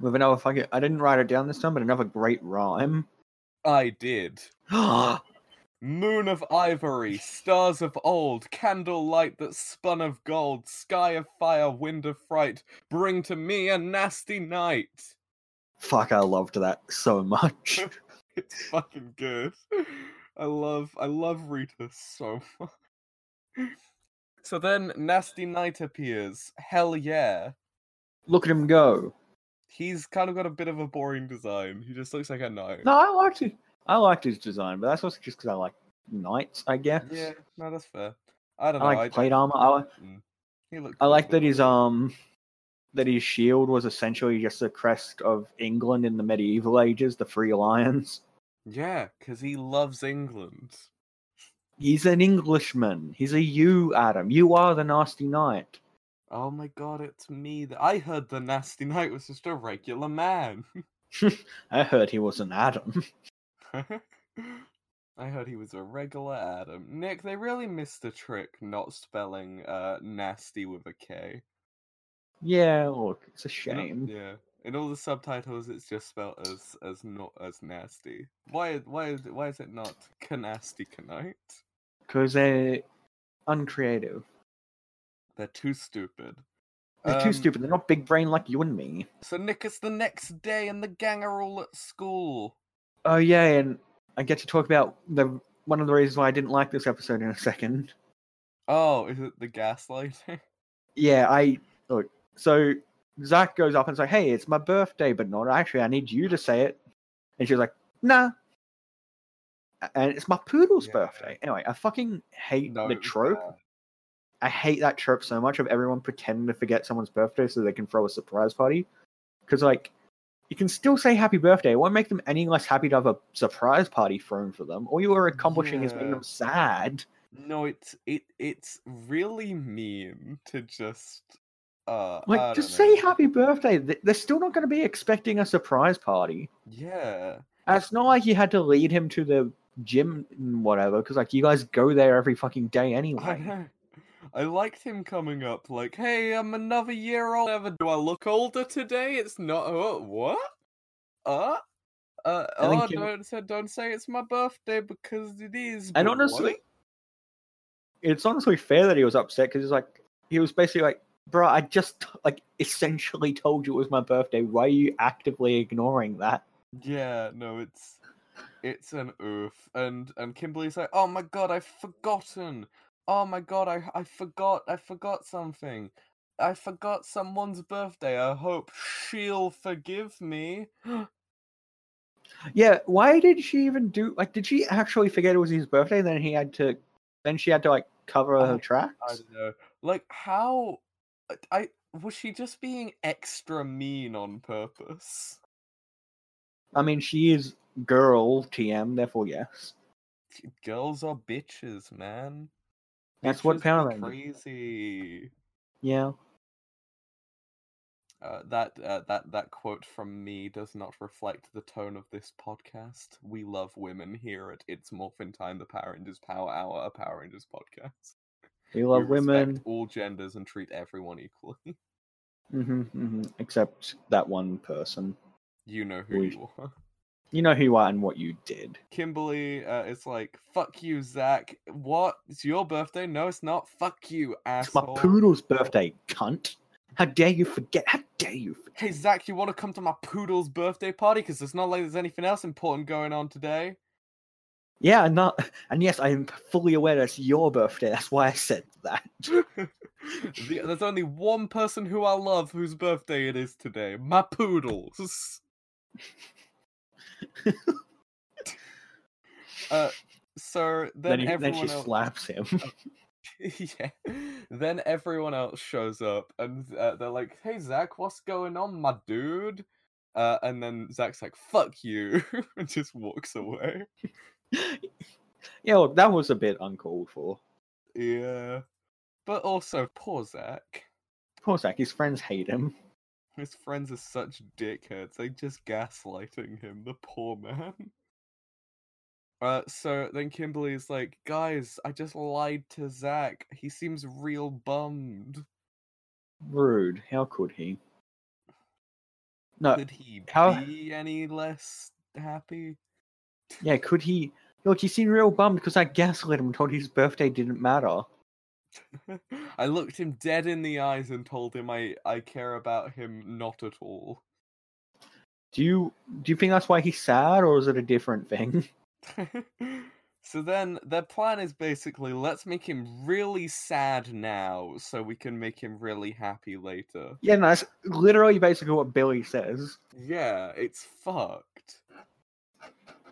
B: With another fucking, I didn't write it down this time, but another great rhyme.
A: I did. Moon of ivory, stars of old, candlelight that spun of gold, sky of fire, wind of fright, bring to me a nasty night.
B: Fuck, I loved that so much.
A: It's fucking good. I love I love Rita so much. So then Nasty Night appears. Hell yeah.
B: Look at him go.
A: He's kind of got a bit of a boring design. He just looks like a knight.
B: No, I liked it. I liked his design, but that's also just because I like knights, I guess.
A: Yeah, no, that's fair. I don't
B: I
A: know.
B: like plate armor. I,
A: he looked
B: I
A: cool,
B: like
A: but-
B: that his um that his shield was essentially just the crest of England in the medieval ages, the Free Lions.
A: Yeah, because he loves England.
B: He's an Englishman. He's a you, Adam. You are the nasty knight.
A: Oh my god, it's me. That I heard the Nasty Knight was just a regular man.
B: I heard he was an Adam.
A: I heard he was a regular Adam. Nick, they really missed the trick not spelling uh nasty with a K.
B: yeah, look, it's a
A: In all-
B: shame.
A: yeah. In all the subtitles it's just spelled as as not as nasty. Why why is why is it not canasty canite?
B: Because they're uncreative.
A: They're too stupid.
B: They're too
A: Um,
B: stupid. They're not big brain like you and me.
A: So Nick, it's the next day and the gang are all at school.
B: Oh yeah, and I get to talk about the one of the reasons why I didn't like this episode in a second.
A: Oh, is it the gaslighting?
B: Yeah, I look. So Zach goes up and's like, "Hey, it's my birthday," but not actually. I need you to say it. And she's like, "Nah." A- And it's my poodle's
A: Yeah.
B: birthday. Anyway, I fucking hate
A: No,
B: the
A: it's
B: trope. I hate that trope so much of everyone pretending to forget someone's birthday so they can throw a surprise party. Because like, you can still say happy birthday. It won't make them any less happy to have a surprise party thrown for them. All you are accomplishing is making
A: Yeah.
B: them sad.
A: No, it's it it's really mean to just uh I
B: Like, just
A: don't
B: say
A: know.
B: happy birthday. Th- They're still not going to be expecting a surprise party.
A: Yeah.
B: And it's not like you had to lead him to the gym and whatever, because like you guys go there every fucking day
A: I
B: anyway.
A: know. I liked him coming up like, "Hey, I'm another year old. Ever do I look older today? It's not oh, what? Uh, uh
B: I think
A: oh,
B: Kim-
A: don't say, don't say it's my birthday because it is.
B: And
A: but
B: honestly,
A: what?"
B: it's honestly fair that he was upset because he's like, he was basically like, "Bruh, I just like essentially told you it was my birthday. Why are you actively ignoring that?"
A: yeah, no, it's it's an oof. And and Kimberly's like, "Oh my god, I've forgotten. Oh my god, I I forgot. I forgot something." I forgot someone's birthday. I hope she'll forgive me.
B: Yeah, why did she even do like? Did she actually forget it was his birthday? And then he had to, then she had to like cover
A: I-
B: her tracks.
A: I don't know. Like how I was she just being extra mean on purpose?
B: I mean, she is girl TM, therefore yes.
A: Girls are bitches, man.
B: That's what
A: Bitches be
B: Power Rangers.
A: crazy.
B: Yeah.
A: Uh, that uh, that that quote from me does not reflect the tone of this podcast. We love women here at It's Morphin Time, the Power Rangers Power Hour, a Power Rangers podcast.
B: We
A: We
B: love
A: respect
B: women.
A: all genders, and treat everyone equally.
B: hmm hmm Except that one person.
A: you know who
B: We-
A: you are.
B: You know who you are and what you did.
A: Kimberly uh, is like, "Fuck you, Zach. What? It's your birthday? No, it's not. Fuck you,
B: It's my
A: asshole."
B: poodle's birthday, cunt. How dare you forget? How dare you forget?
A: Hey, Zach, you want to come to my poodle's birthday party? Because it's not like there's anything else important going on today.
B: Yeah, and not and yes, I am fully aware that's your birthday. That's why I said that.
A: The- there's only one person who I love whose birthday it is today. My poodles. uh, so then,
B: Then, he- then
A: everyone
B: she
A: else.
B: slaps him.
A: yeah. Then everyone else shows up and uh, they're like, "Hey Zach, what's going on, my dude?" Uh, and then Zach's like, "Fuck you," and just walks away.
B: yeah, look, that was a bit uncalled for.
A: Yeah. But also, poor Zach.
B: Poor Zach, his friends hate him.
A: His friends are such dickheads. They just gaslighting him, the poor man. Uh, so then Kimberly's like, "Guys, I just lied to Zach. He seems real bummed."
B: Rude. How could he? No,
A: Could he
B: Uh, how-
A: be any less happy?
B: Yeah, could he? Look, you seem real bummed because I gaslit him and told you his birthday didn't matter.
A: I looked him dead in the eyes and told him I, I care about him not at all.
B: Do you do you think that's why he's sad, or is it a different thing?
A: so then their plan is basically let's make him really sad now so we can make him really happy later.
B: yeah, no, that's literally basically what Billy says.
A: Yeah, it's fucked.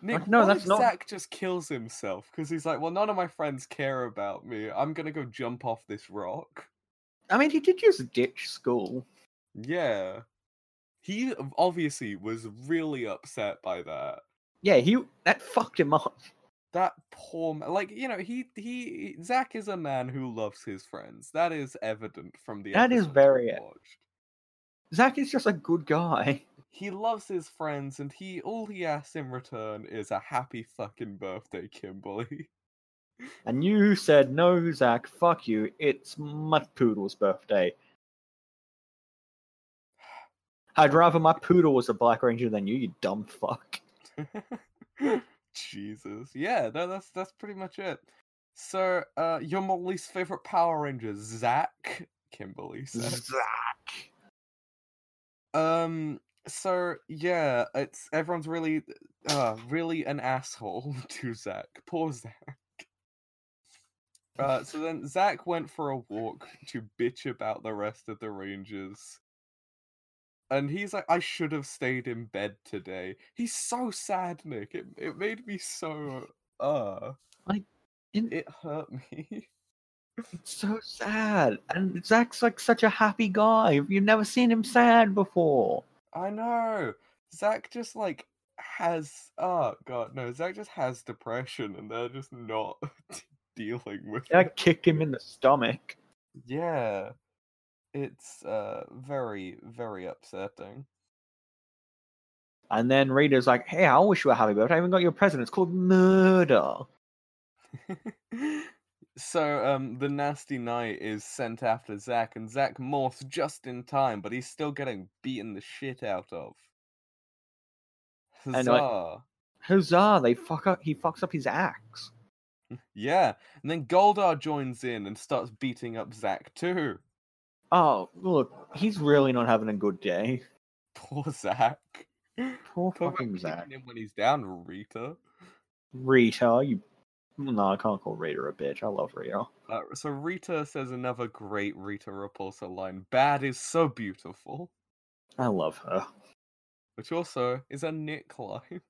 A: Nick,
B: no,
A: what
B: that's
A: if
B: not-
A: Zack just kills himself because he's like, well, none of my friends care about me. I'm gonna go jump off this rock.
B: I mean, he did just ditch school.
A: Yeah, he obviously was really upset by that.
B: Yeah, he that fucked him up.
A: That poor, ma- like you know, he he Zack is a man who loves his friends. That is evident from the
B: That is
A: episodes we
B: very e-
A: watched.
B: Zack is just a good guy.
A: He loves his friends, and he all he asks in return is a happy fucking birthday, Kimberly.
B: And you said no, Zack. Fuck you. It's Mutt Poodle's birthday. I'd rather my poodle was a Black Ranger than you, you dumb fuck.
A: Jesus. Yeah, no, that's that's pretty much it. So, uh, you're my least favorite Power Ranger, Zach Kimberly said.
B: Zack.
A: Um. So yeah, it's everyone's really, uh, really an asshole to Zach. Poor Zach. Uh, so then Zach went for a walk to bitch about the rest of the Rangers. And he's like, I should have stayed in bed today. He's so sad, Nick. It it made me so uh
B: I didn't-
A: it hurt me.
B: It's so sad. And Zack's like such a happy guy. You've never seen him sad before.
A: I know. Zach just like has oh god no, Zach just has depression and they're just not dealing with it.
B: That kicked him in the stomach.
A: Yeah. It's uh very, very upsetting.
B: And then Rita's like, hey, I wish you a happy birthday. I even got you a present. It's called murder.
A: so um the nasty knight is sent after Zach and Zach morphs just in time, but he's still getting beaten the shit out of.
B: I know it.
A: Huzzah.
B: Huzzah, they fuck up he fucks up his axe.
A: Yeah. And then Goldar joins in and starts beating up Zack too.
B: Oh, look, he's really not having a good day.
A: Poor Zack.
B: Poor
A: Talk about
B: fucking
A: kicking
B: Zack.
A: him when he's down, Rita.
B: Rita, you No, I can't call Rita a bitch. I love Rita.
A: Uh, so Rita says another great Rita Repulsa line. Bad is so beautiful.
B: I love her.
A: Which also is a Nick line.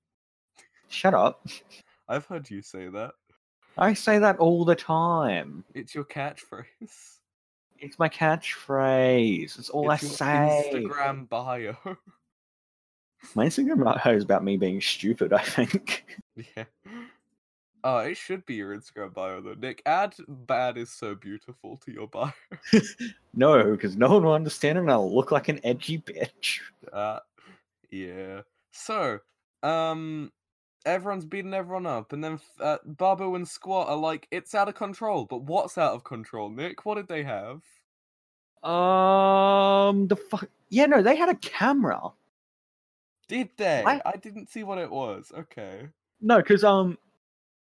B: Shut up.
A: I've heard you say that.
B: I say that all the time.
A: It's your catchphrase.
B: It's my catchphrase. It's all
A: it's
B: I
A: your
B: say.
A: Instagram bio.
B: My Instagram bio is about me being stupid, I think.
A: yeah. Oh, it should be your Instagram bio though. Nick, add bad is so beautiful to your bio.
B: No, because no one will understand it and I'll look like an edgy bitch.
A: Uh, yeah. So, um, everyone's beating everyone up, and then f- uh, Babu and Squat are like, "It's out of control." But what's out of control, Nick? What did they have?
B: Um the fuck Yeah, no, they had a camera.
A: Did they?
B: What?
A: I didn't see what it was. Okay.
B: No, because um,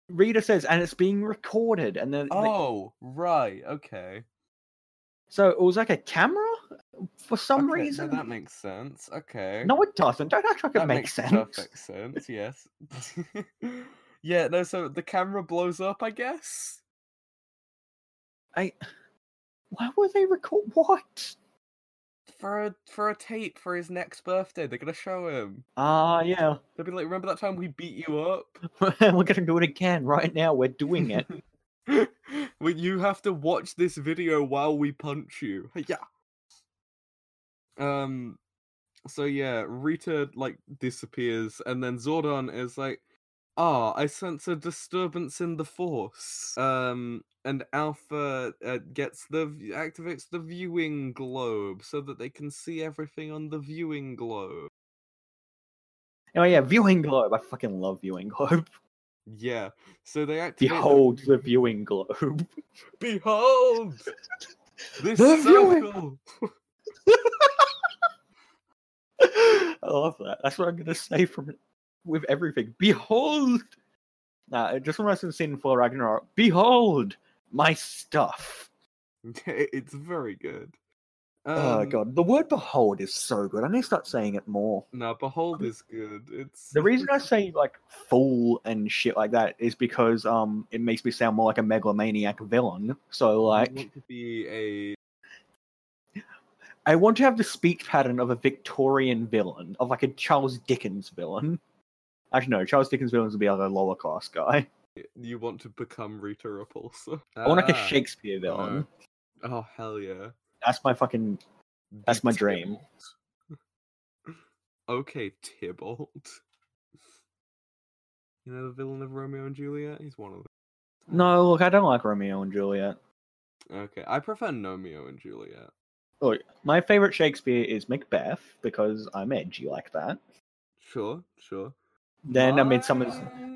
B: Rita says, and it's being recorded, and then the-
A: Oh, right. Okay.
B: so it was like a camera for some
A: Okay, no,
B: reason.
A: that makes sense. Okay.
B: No, it doesn't. Don't act like it
A: That
B: makes sense.
A: perfect sense. Yes. yeah. No. So the camera blows up. I guess.
B: Why were they record? What?
A: For a, for a tape for his next birthday, they're gonna show him.
B: Ah, yeah.
A: They'll be like, "Remember that time we beat you up?"
B: we're gonna do it again right now. We're doing it.
A: well, you have to watch this video while we punch you. Yeah. Um. So yeah, Rita like disappears, and then Zordon is like, "Ah, I sense a disturbance in the force." Um, and Alpha uh, gets the v- activates the viewing globe so that they can see everything on the viewing globe.
B: oh yeah, viewing globe. I fucking love viewing globe.
A: Yeah. So they activate. the-
B: Behold the viewing globe.
A: Behold this
B: The viewing-
A: circle.
B: I love that. That's what I'm gonna say from with everything. Behold. Nah, just when I was in for Ragnarok, behold my stuff.
A: it's very good.
B: oh
A: Um,
B: god, the word "behold" is so good. I need to start saying it more.
A: No, Behold is good. It's
B: The reason I say like "fool" and shit like that is because um, it makes me sound more like a megalomaniac villain. So
A: I
B: like,
A: want to be a
B: I want to have the speech pattern of a Victorian villain, of like a Charles Dickens villain. Actually, no. Charles Dickens villains would be like a lower class guy.
A: You want to become Rita Repulsa.
B: I want like a
A: Ah,
B: Shakespeare villain.
A: no. Oh hell yeah.
B: That's my fucking. That's my dream.
A: Tybalt. Okay, Tybalt. You know the villain of Romeo and Juliet? He's one of them.
B: No, look, I don't like Romeo and Juliet.
A: Okay, I prefer Romeo and Juliet.
B: Look, my favorite Shakespeare is Macbeth because I'm edgy like that.
A: Sure, sure.
B: Then I mean, Midsummer's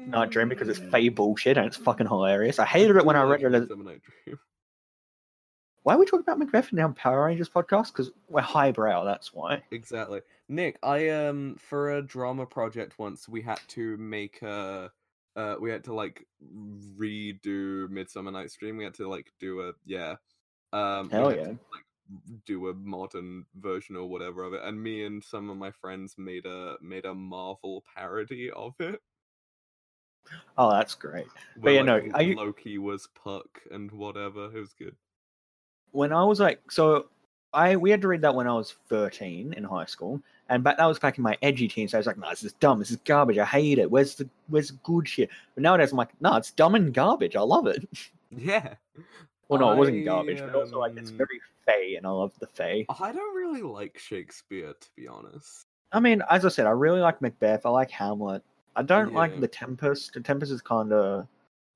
B: Night Dream because it's fey bullshit and it's fucking hilarious. I hated it when I read it. as-
A: Midsummer Night Dream.
B: Why are we talking about Macbeth in our Power Rangers podcast? Because we're highbrow, that's why.
A: Exactly. Nick, I um for a drama project once we had to make a uh we had to like redo Midsummer Night's Dream. We had to like do a yeah. Um we
B: Hell
A: had
B: yeah.
A: to, like do a modern version or whatever of it. And me and some of my friends made a made a Marvel parody of it.
B: Oh, that's great.
A: where,
B: yeah,
A: like,
B: no, I-
A: Loki was Puck and whatever. It was good.
B: When I was like, so I we had to read that when I was 13 in high school, and back that was back in my edgy teens. So I was like, no, this is dumb. This is garbage. I hate it. Where's the where's the good shit? But nowadays I'm like, no, it's dumb and garbage. I love it.
A: Yeah.
B: Well, no, it wasn't
A: I,
B: garbage, but also like it's
A: um,
B: very fey, and I love the fey.
A: I don't really like Shakespeare to be honest.
B: I mean, as I said, I really like Macbeth. I like Hamlet. I don't
A: Yeah.
B: like The Tempest. The Tempest is kind of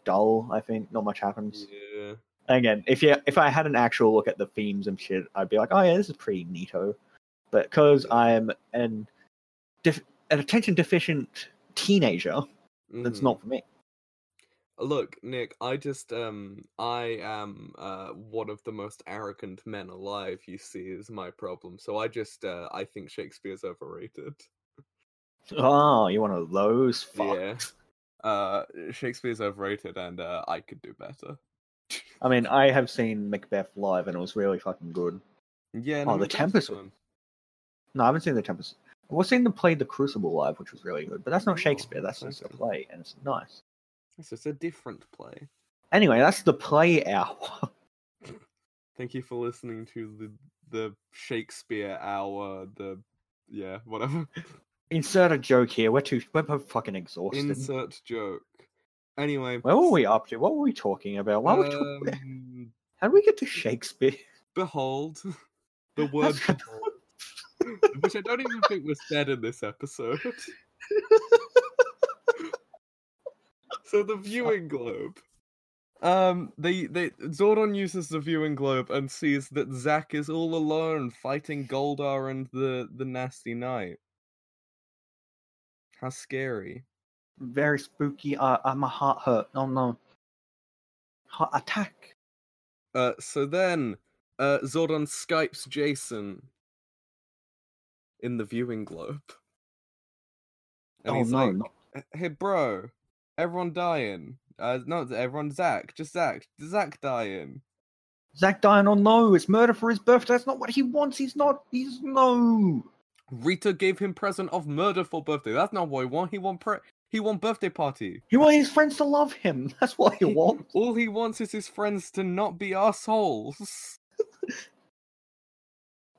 B: dull. I think not much happens.
A: Yeah.
B: Again, if you if I had an actual look at the themes and shit, I'd be like, oh yeah, this is pretty neato. But because I'm an def- an attention deficient teenager, that's
A: mhm.
B: not for me.
A: Look, Nick, I just um I am uh one of the most arrogant men alive, you see, is my problem. So I just uh I think Shakespeare's overrated.
B: Oh, you want of those
A: Yeah.
B: fucks?
A: Uh Shakespeare's overrated and uh I could do better.
B: I mean, I have seen Macbeth live, and it was really fucking good.
A: Yeah,
B: Oh, The
A: Macbeth's
B: Tempest was
A: fun.
B: No, I haven't seen The Tempest. I was seeing the play The Crucible live, which was really good, but that's
A: Oh,
B: not Shakespeare. That's just a
A: okay.
B: play, and it's nice.
A: It's just a different play.
B: Anyway, that's the play hour.
A: Thank you for listening to the the Shakespeare hour, the yeah, whatever.
B: Insert a joke here. We're too. We're both fucking exhausted.
A: Insert joke. Anyway,
B: Where were we up to? What were we talking about? Oh, Why were we talking?
A: um,
B: How did we get to Shakespeare?
A: behold the word behold, which i don't even think was said in this episode so the viewing globe um they they zordon uses the viewing globe and sees that zack is all alone fighting goldar and the the nasty knight how scary
B: Very spooky. Uh, uh, my heart hurt. Oh no. Heart attack.
A: uh so then uh zordon skypes jason in the viewing globe and
B: oh
A: he's
B: no.
A: like
B: not-
A: "Uh, hey bro, everyone dying. Uh, not everyone, Zach, just Zach, Zach dying.
B: Zach dying. Oh no. It's murder for his birthday. That's not what he wants. He's not. He's no.
A: Rita gave him present of murder for birthday. That's not what he want. He want pre- he want birthday party.
B: He wants his friends to love him. That's what he wants.
A: All he wants is his friends to not be assholes.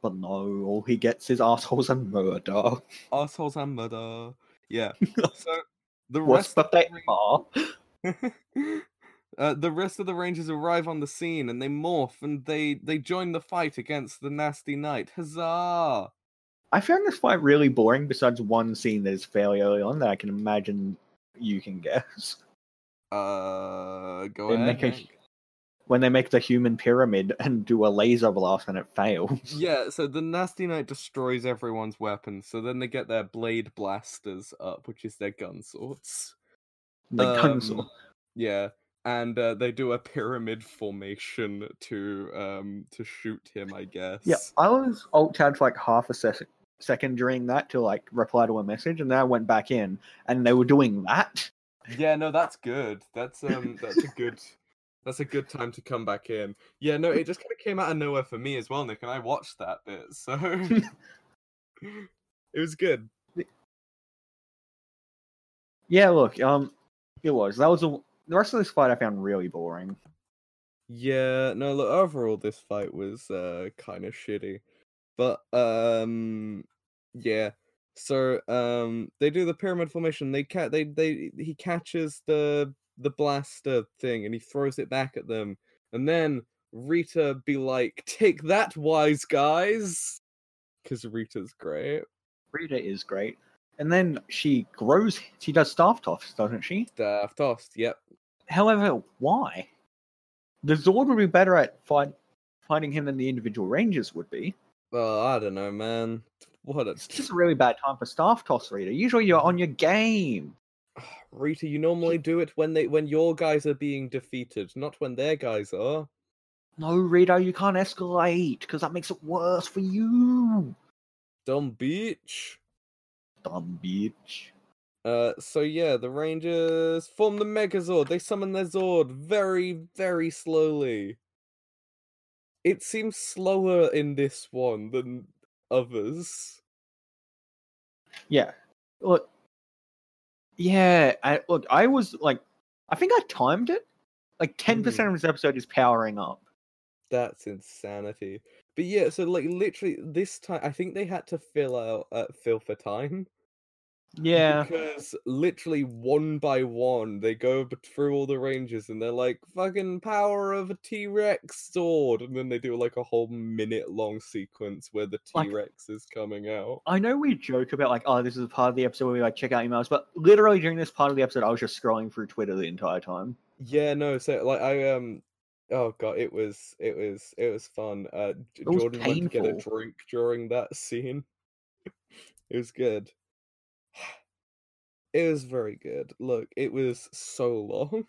B: But no, all he gets is assholes and murder.
A: Assholes and murder. Yeah. So the
B: What's
A: rest
B: the
A: of the
B: bet bar?
A: uh, the rest of the Rangers arrive on the scene and they morph and they they join the fight against the nasty knight. Huzzah!
B: I found this fight really boring. Besides one scene that is fairly early on that I can imagine you can guess
A: Uh, go
B: They
A: ahead.
B: make a
A: Nick.
B: when they make the human pyramid and do a laser blast and it fails.
A: Yeah, so the Nasty Knight destroys everyone's weapons, so then they get their blade blasters up, which is their gun swords.
B: The
A: Um,
B: guns. are-
A: Yeah, and uh, they do a pyramid formation to um to shoot him, I guess.
B: Yeah, I was alt tabbed for like half a se- second during that to like reply to a message, and then I went back in, and they were doing that.
A: Yeah, no, that's good. That's um that's a good that's a good time to come back in. Yeah, no, it just kind of came out of nowhere for me as well, Nick, and I watched that bit, so it was good.
B: Yeah, look, um, it was that was a, the rest of this fight I found really boring.
A: Yeah, no, look, overall this fight was uh kind of shitty. But um yeah. So um, they do the pyramid formation. They ca- they they he catches the the blaster thing and he throws it back at them. And then Rita be like, "Take that, wise guys," because Rita's great.
B: Rita is great. And then she grows, she does staff toffs, doesn't she?
A: Daft tossed. Yep.
B: However, why? The Zord would be better at fight, fighting him than the individual Rangers would be.
A: Well, Oh, I don't know, man. What a
B: It's just a really bad time for staff toss, Rita. Usually you're on your game.
A: Rita, you normally do it when they when your guys are being defeated, not when their guys are.
B: No, Rita, you can't escalate because that makes it worse for you.
A: Dumb beach.
B: Dumb bitch.
A: Uh, so yeah, the Rangers form the Megazord. They summon their Zord very, very slowly. It seems slower in this one than others.
B: Yeah. Look. Yeah. I, look, I was like, I think I timed it. Like 10% of this episode is powering up.
A: That's insanity. But yeah, so like literally this time, I think they had to fill out uh, fill for time.
B: Yeah.
A: Because literally one by one, they go b- through all the ranges and they're like, fucking power of a T Rex sword. And then they do like a whole minute long sequence where the
B: Like-
A: T Rex is coming out.
B: I know we joke about like, oh, this is a part of the episode where we like check out emails, but literally during this part of the episode, I was just scrolling through Twitter the entire time.
A: Yeah, no, so like I, um, oh god, it was, it was, it was fun. Uh, J-
B: was
A: Jordan went to get a
B: painful.
A: drink during that scene. it was good. It was very good. Look, it was so long.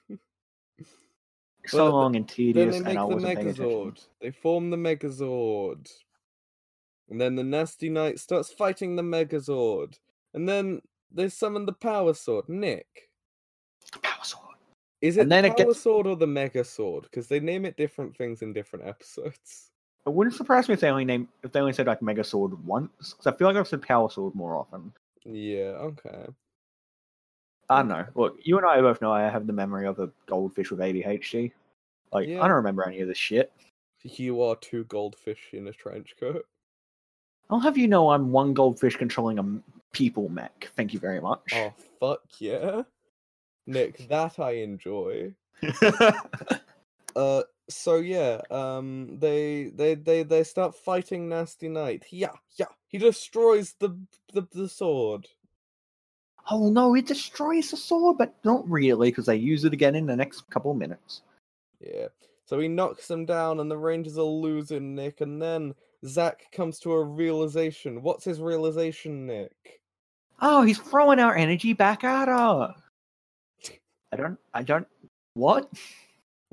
B: So
A: Well,
B: long and
A: Then
B: tedious,
A: they
B: and I
A: make the
B: wasn't paying attention.
A: Megazord. They form the Megazord. And then the Nasty Knight starts fighting the Megazord. And then they summon the Power Sword. Nick,
B: The power sword.
A: is it
B: And then
A: the
B: it
A: Power
B: gets-
A: Sword or the Mega Sword? Because they name it different things in different episodes.
B: It wouldn't surprise me if they only named if they only said like Mega Sword once, because I feel like I've said Power Sword more often.
A: Yeah, okay.
B: I don't know. Look, you and I both know I have the memory of a goldfish with ADHD. Like
A: Yeah.
B: I don't remember any of this shit.
A: You are two goldfish in a trench coat.
B: I'll have you know I'm one goldfish controlling a m- people mech. Thank you very much.
A: Oh, fuck yeah. Nick, that I enjoy. Oh. Uh, so yeah, um, they they they they start fighting Nasty Knight. Yeah, yeah. He destroys the the, the sword.
B: oh no, it destroys the sword, but not really, because they use it again in the next couple of minutes.
A: Yeah. So he knocks him down, and the Rangers are losing Nick. And then Zack comes to a realization. What's his realization, Nick?
B: Oh, he's throwing our energy back at her. I don't. I don't. What?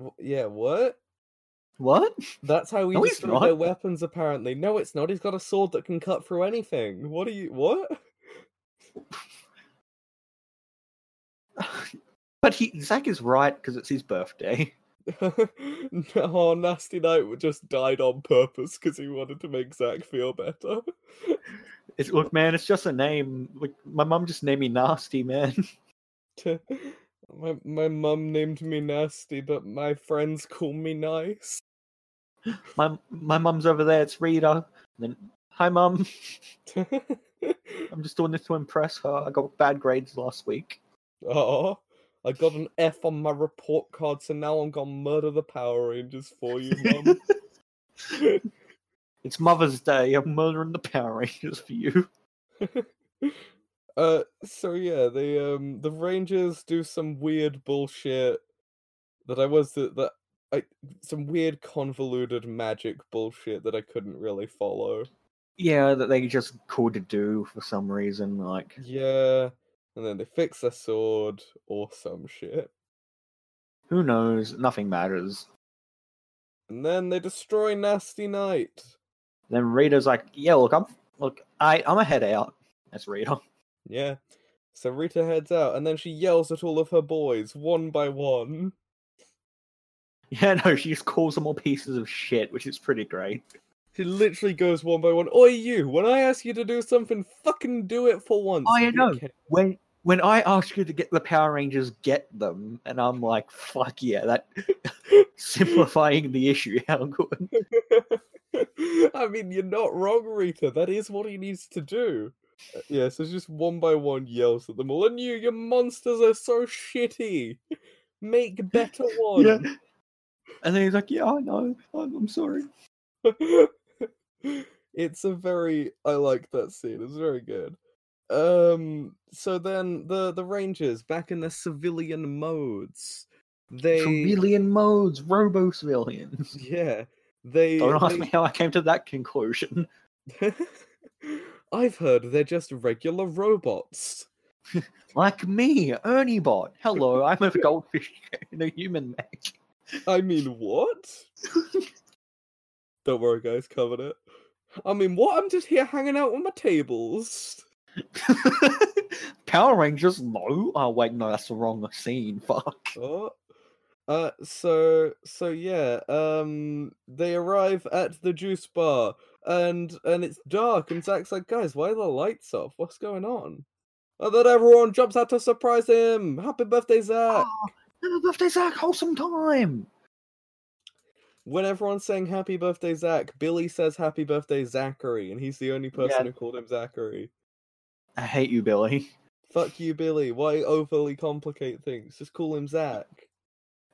A: Wh- Yeah, what?
B: What?
A: That's how we
B: No, he's
A: destroy their
B: not.
A: weapons, apparently. No, it's not. He's got a sword that can cut through anything. What are you? What?
B: But he Zach is right because it's his birthday.
A: oh, Nasty Knight w- just died on purpose because he wanted to make Zack feel better.
B: It's look, man. It's just a name. Like my mum just named me nasty, man.
A: To- my my mum named me Nasty, but my friends call me nice.
B: My my mum's over there. It's Rita. And then hi, mum. I'm just doing this to impress her. I got bad grades last week.
A: oh, I got an F on my report card, so now I'm gonna murder the Power Rangers for you, mum.
B: It's Mother's Day. I'm murdering the Power Rangers for you.
A: Uh, so yeah, the um the Rangers do some weird bullshit that I was that, that I some weird convoluted magic bullshit that I couldn't really follow.
B: Yeah, that they just called to do for some reason. Like
A: Yeah, and then they fix their sword or some shit,
B: who knows? Nothing matters.
A: and then they destroy Nasty Knight.
B: Then Rita's like, yeah, look, I'm look, I I'm a head out. That's Rita.
A: Yeah, so Rita heads out, and then she yells at all of her boys one by one.
B: Yeah, no, she just calls them all pieces of shit, which is pretty great.
A: She literally goes one by one. Oi, you! When I ask you to do something, fucking do it for once.
B: Oh, yeah, no.
A: dickhead."
B: When when I ask you to get the Power Rangers, get them, and I'm like, fuck yeah, that simplifying the issue. How good?
A: I mean, you're not wrong, Rita. That is what he needs to do. Uh, Yeah, so just one by one yells at them all, and you, your monsters are so shitty. Make better ones.
B: Yeah. And then he's like, "Yeah, I know. I'm, I'm sorry."
A: it's a very I like that scene. It's very good. Um so then the the rangers back in their civilian modes. They
B: Chameleon modes, robo civilians.
A: yeah, they,
B: Don't ask
A: they-
B: me how I came to that conclusion.
A: I've heard they're just regular robots.
B: Like me, Ernie Bot. Hello, I'm a goldfish in a human mech.
A: I mean, what? Don't worry, guys, covered it. I mean, what? I'm just here hanging out on my tables.
B: Power Rangers? No. Oh wait, no, that's the wrong scene. Fuck.
A: Oh. Uh, so so yeah. Um, they arrive at the juice bar, and and it's dark. And Zach's like, guys, why are the lights off? What's going on? And then everyone jumps out to surprise him. Happy birthday, Zach!
B: Happy birthday, Zach! Wholesome time.
A: When everyone's saying happy birthday, Zach, Billy says happy birthday, Zachary, and he's the only person
B: Yeah.
A: who called him Zachary.
B: I hate you, Billy.
A: Fuck you, Billy. Why overly complicate things? Just call him Zach.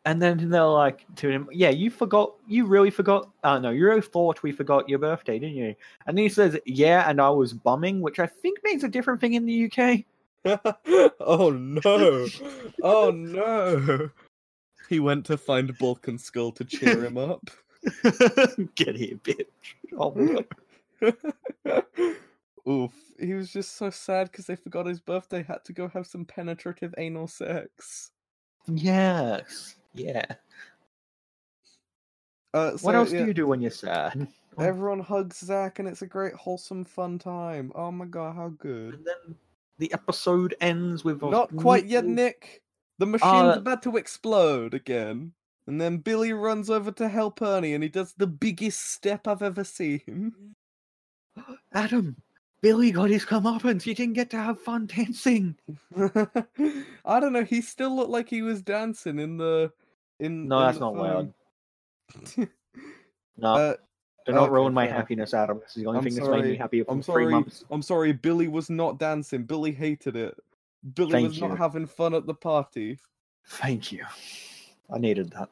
B: And then they're like to him, "Yeah, you forgot. You really forgot. Uh, no, you really thought we forgot your birthday, didn't you?" And then he says, "Yeah, and I was bumming," which I think means a different thing in the UK.
A: oh no! Oh no! He went to find Bulk and Skull to cheer him up.
B: Get here, bitch. Oh, no.
A: Oof. He was just so sad because they forgot his birthday, had to go have some penetrative anal sex.
B: yes. Yeah.
A: Uh,
B: What
A: so,
B: else
A: yeah,
B: do you do when you're sad? do?
A: Everyone hugs Zach and it's a great, wholesome, fun time. Oh my god, how good.
B: And then the episode ends with a
A: Not quite yet,
B: neat-
A: Nick. The machine's
B: that-
A: about to explode again. And then Billy runs over to help Ernie and he does the biggest step I've ever seen.
B: Adam, Billy got his comeuppance. He didn't get to have fun dancing.
A: I don't know. He still looked like he was dancing in the in.
B: No,
A: in
B: that's
A: the
B: not allowed.
A: film.
B: No,
A: Uh,
B: do not
A: okay,
B: ruin my
A: fair.
B: happiness, Adam. This is the only
A: I'm
B: thing that's made
A: sorry.
B: me happy for
A: I'm
B: three
A: sorry.
B: months.
A: I'm sorry. Billy was not dancing. Billy hated it. Billy
B: Thank
A: was
B: you.
A: not having fun at the party.
B: Thank you. I needed that.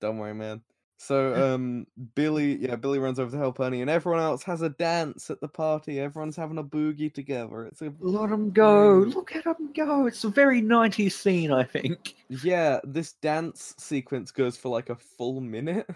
A: Don't worry, man. So, um, Billy, yeah, Billy runs over to help Ernie, and everyone else has a dance at the party. Everyone's having a boogie together. It's a
B: Let him go.
A: Mm.
B: Look at him go. It's a very 90s scene, I think.
A: yeah. This dance sequence goes for like a full minute.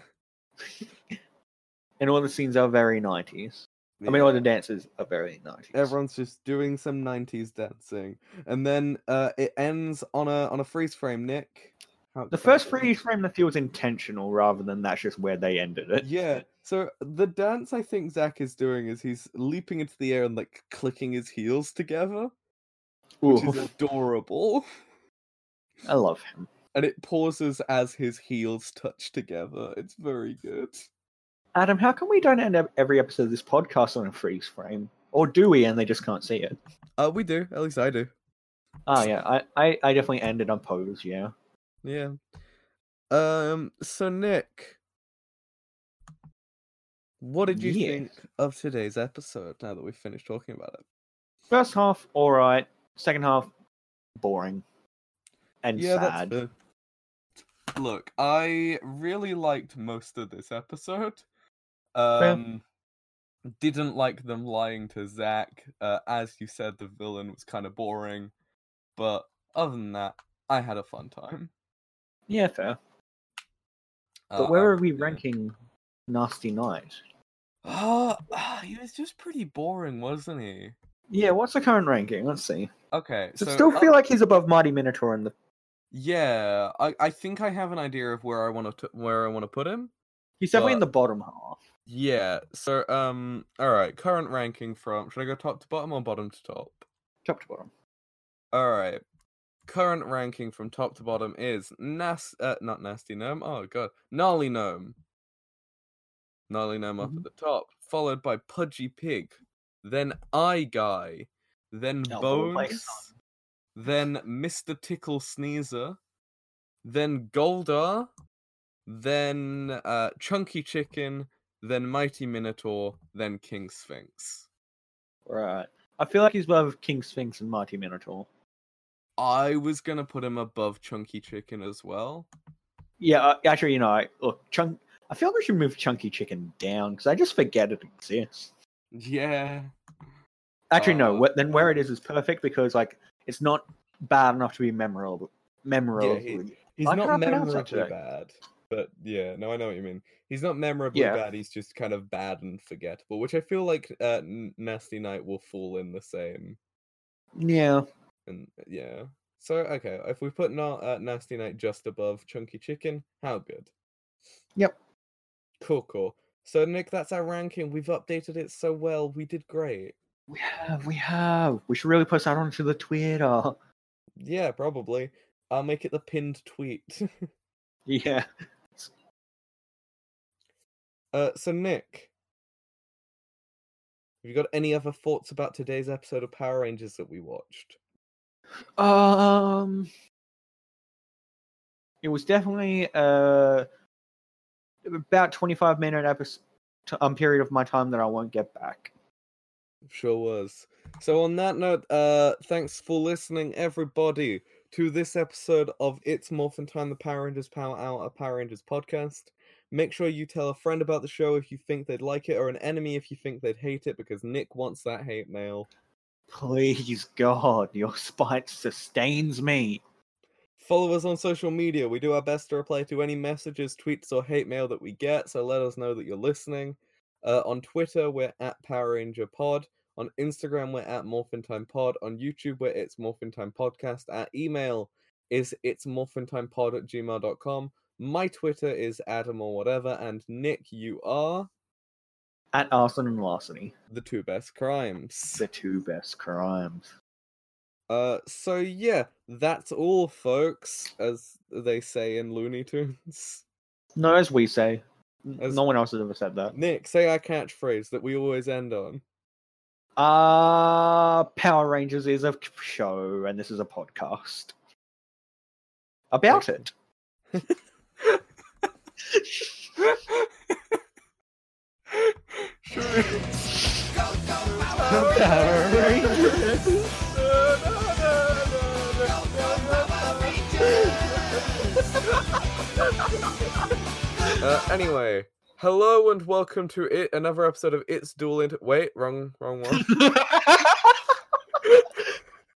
B: And all the scenes are very 90s. I mean,
A: Yeah.
B: all the dances are very 90s.
A: everyone's just doing some 90s dancing and then uh it ends on a on a freeze frame nick How
B: the
A: exciting.
B: first freeze frame that feels intentional rather than that's just where they ended it.
A: yeah so the dance i think zach is doing is he's leaping into the air and like clicking his heels together which is
B: Ooh,
A: adorable
B: I love him.
A: and it pauses as his heels touch together it's very good
B: Adam, how come we don't end up every episode of this podcast on a freeze frame? Or do we and they just can't see it?
A: uh we do at least i do
B: Oh yeah, I, I, I definitely ended on pose, yeah.
A: yeah um so nick what did you
B: Yeah.
A: think of today's episode now that we've finished talking about it
B: First half, alright. Second half, boring. And
A: yeah,
B: sad.
A: that's fair. Look, I really liked most of this episode. Um, didn't like them lying to Zach. Uh, as you said, the villain was kind of boring, but other than that, I had a fun time.
B: yeah, fair.
A: Uh,
B: But
A: I
B: where are we
A: really did.
B: ranking Nasty Night?
A: Ah, ah, he was just pretty boring, wasn't he?
B: Yeah, what's the current ranking? Let's see.
A: Okay,
B: So,
A: so
B: still
A: up-
B: feel like he's above Mighty Minotaur in the
A: yeah, I, I think I have an idea of where I want to where I want to put him.
B: He's definitely in
A: But-
B: the bottom half.
A: Yeah. So, um, all right. Current ranking from should I go top to bottom or bottom to top?
B: Top to bottom.
A: All right. Current ranking from top to bottom is Nas, uh, not nasty gnome. Oh god, gnarly gnome. Gnarly gnome up
B: Mhm.
A: at the top, followed by pudgy pig, then eye guy, then
B: Oh, followed by
A: bones, then Mister Tickle Sneezer, then Goldar, then uh, Chunky Chicken, then Mighty Minotaur, then King Sphinx.
B: Right. I feel like he's above King Sphinx and Mighty Minotaur.
A: I was gonna put him above Chunky Chicken as well.
B: Yeah, uh, actually, you know, I, look, Chunk. I feel like we should move Chunky Chicken down because I just forget it exists.
A: Yeah.
B: Actually, no.
A: Uh,
B: wh- Then where it is is perfect because like it's not bad enough to be memorable. Memorable.
A: he- He's
B: I
A: not
B: can't pronounce that
A: memorably
B: today.
A: bad. But yeah, no, I know what you mean. He's not memorably
B: Yeah.
A: bad. He's just kind of bad and forgettable, which I feel like uh, N- Nasty Night will fall in the same.
B: yeah.
A: And uh, yeah, so okay, if we put not uh, Nasty Night just above Chunky Chicken, how good?
B: Yep.
A: Cool, cool. So Nick, that's our ranking. We've updated it so well. We did great.
B: We have. We have. We should really post that onto the Twitter.
A: Yeah, probably. I'll make it the pinned tweet.
B: Yeah.
A: Uh, so Nick, have you got any other thoughts about today's episode of Power Rangers that we watched?
B: Um. It was definitely uh about twenty five minute episode um period of my time that I won't get back.
A: Sure was. So on that note, uh, thanks for listening, everybody, to this episode of It's Morphin Time, the Power Rangers Power Hour, a Power Rangers podcast. Make sure you tell a friend about the show if you think they'd like it, or an enemy if you think they'd hate it, because Nick wants that hate mail.
B: Please God, your spite sustains me.
A: Follow us on social media. We do our best to reply to any messages, tweets, or hate mail that we get, so let us know that you're listening. Uh, on Twitter, we're at Power Ranger Pod. On Instagram, we're at Morphin Time Pod. On YouTube, we're It's Morphin Time Podcast. Our email is It's Morphin Time Pod at gmail.com. My Twitter is Adam or whatever. And Nick, you are
B: At arson and larceny,
A: the two best crimes.
B: the two best crimes.
A: Uh, so yeah, that's all, folks, as they say in Looney Tunes.
B: No, as we say, N-
A: As-
B: no one else has ever said that.
A: Nick, say our catchphrase that we always end on.
B: Uh Power Rangers is a k- show, and this is a podcast about it. Power
A: Uh, anyway, hello and welcome to it another episode of It's Duel Inter- Wait, wrong, wrong one.
B: Rangers.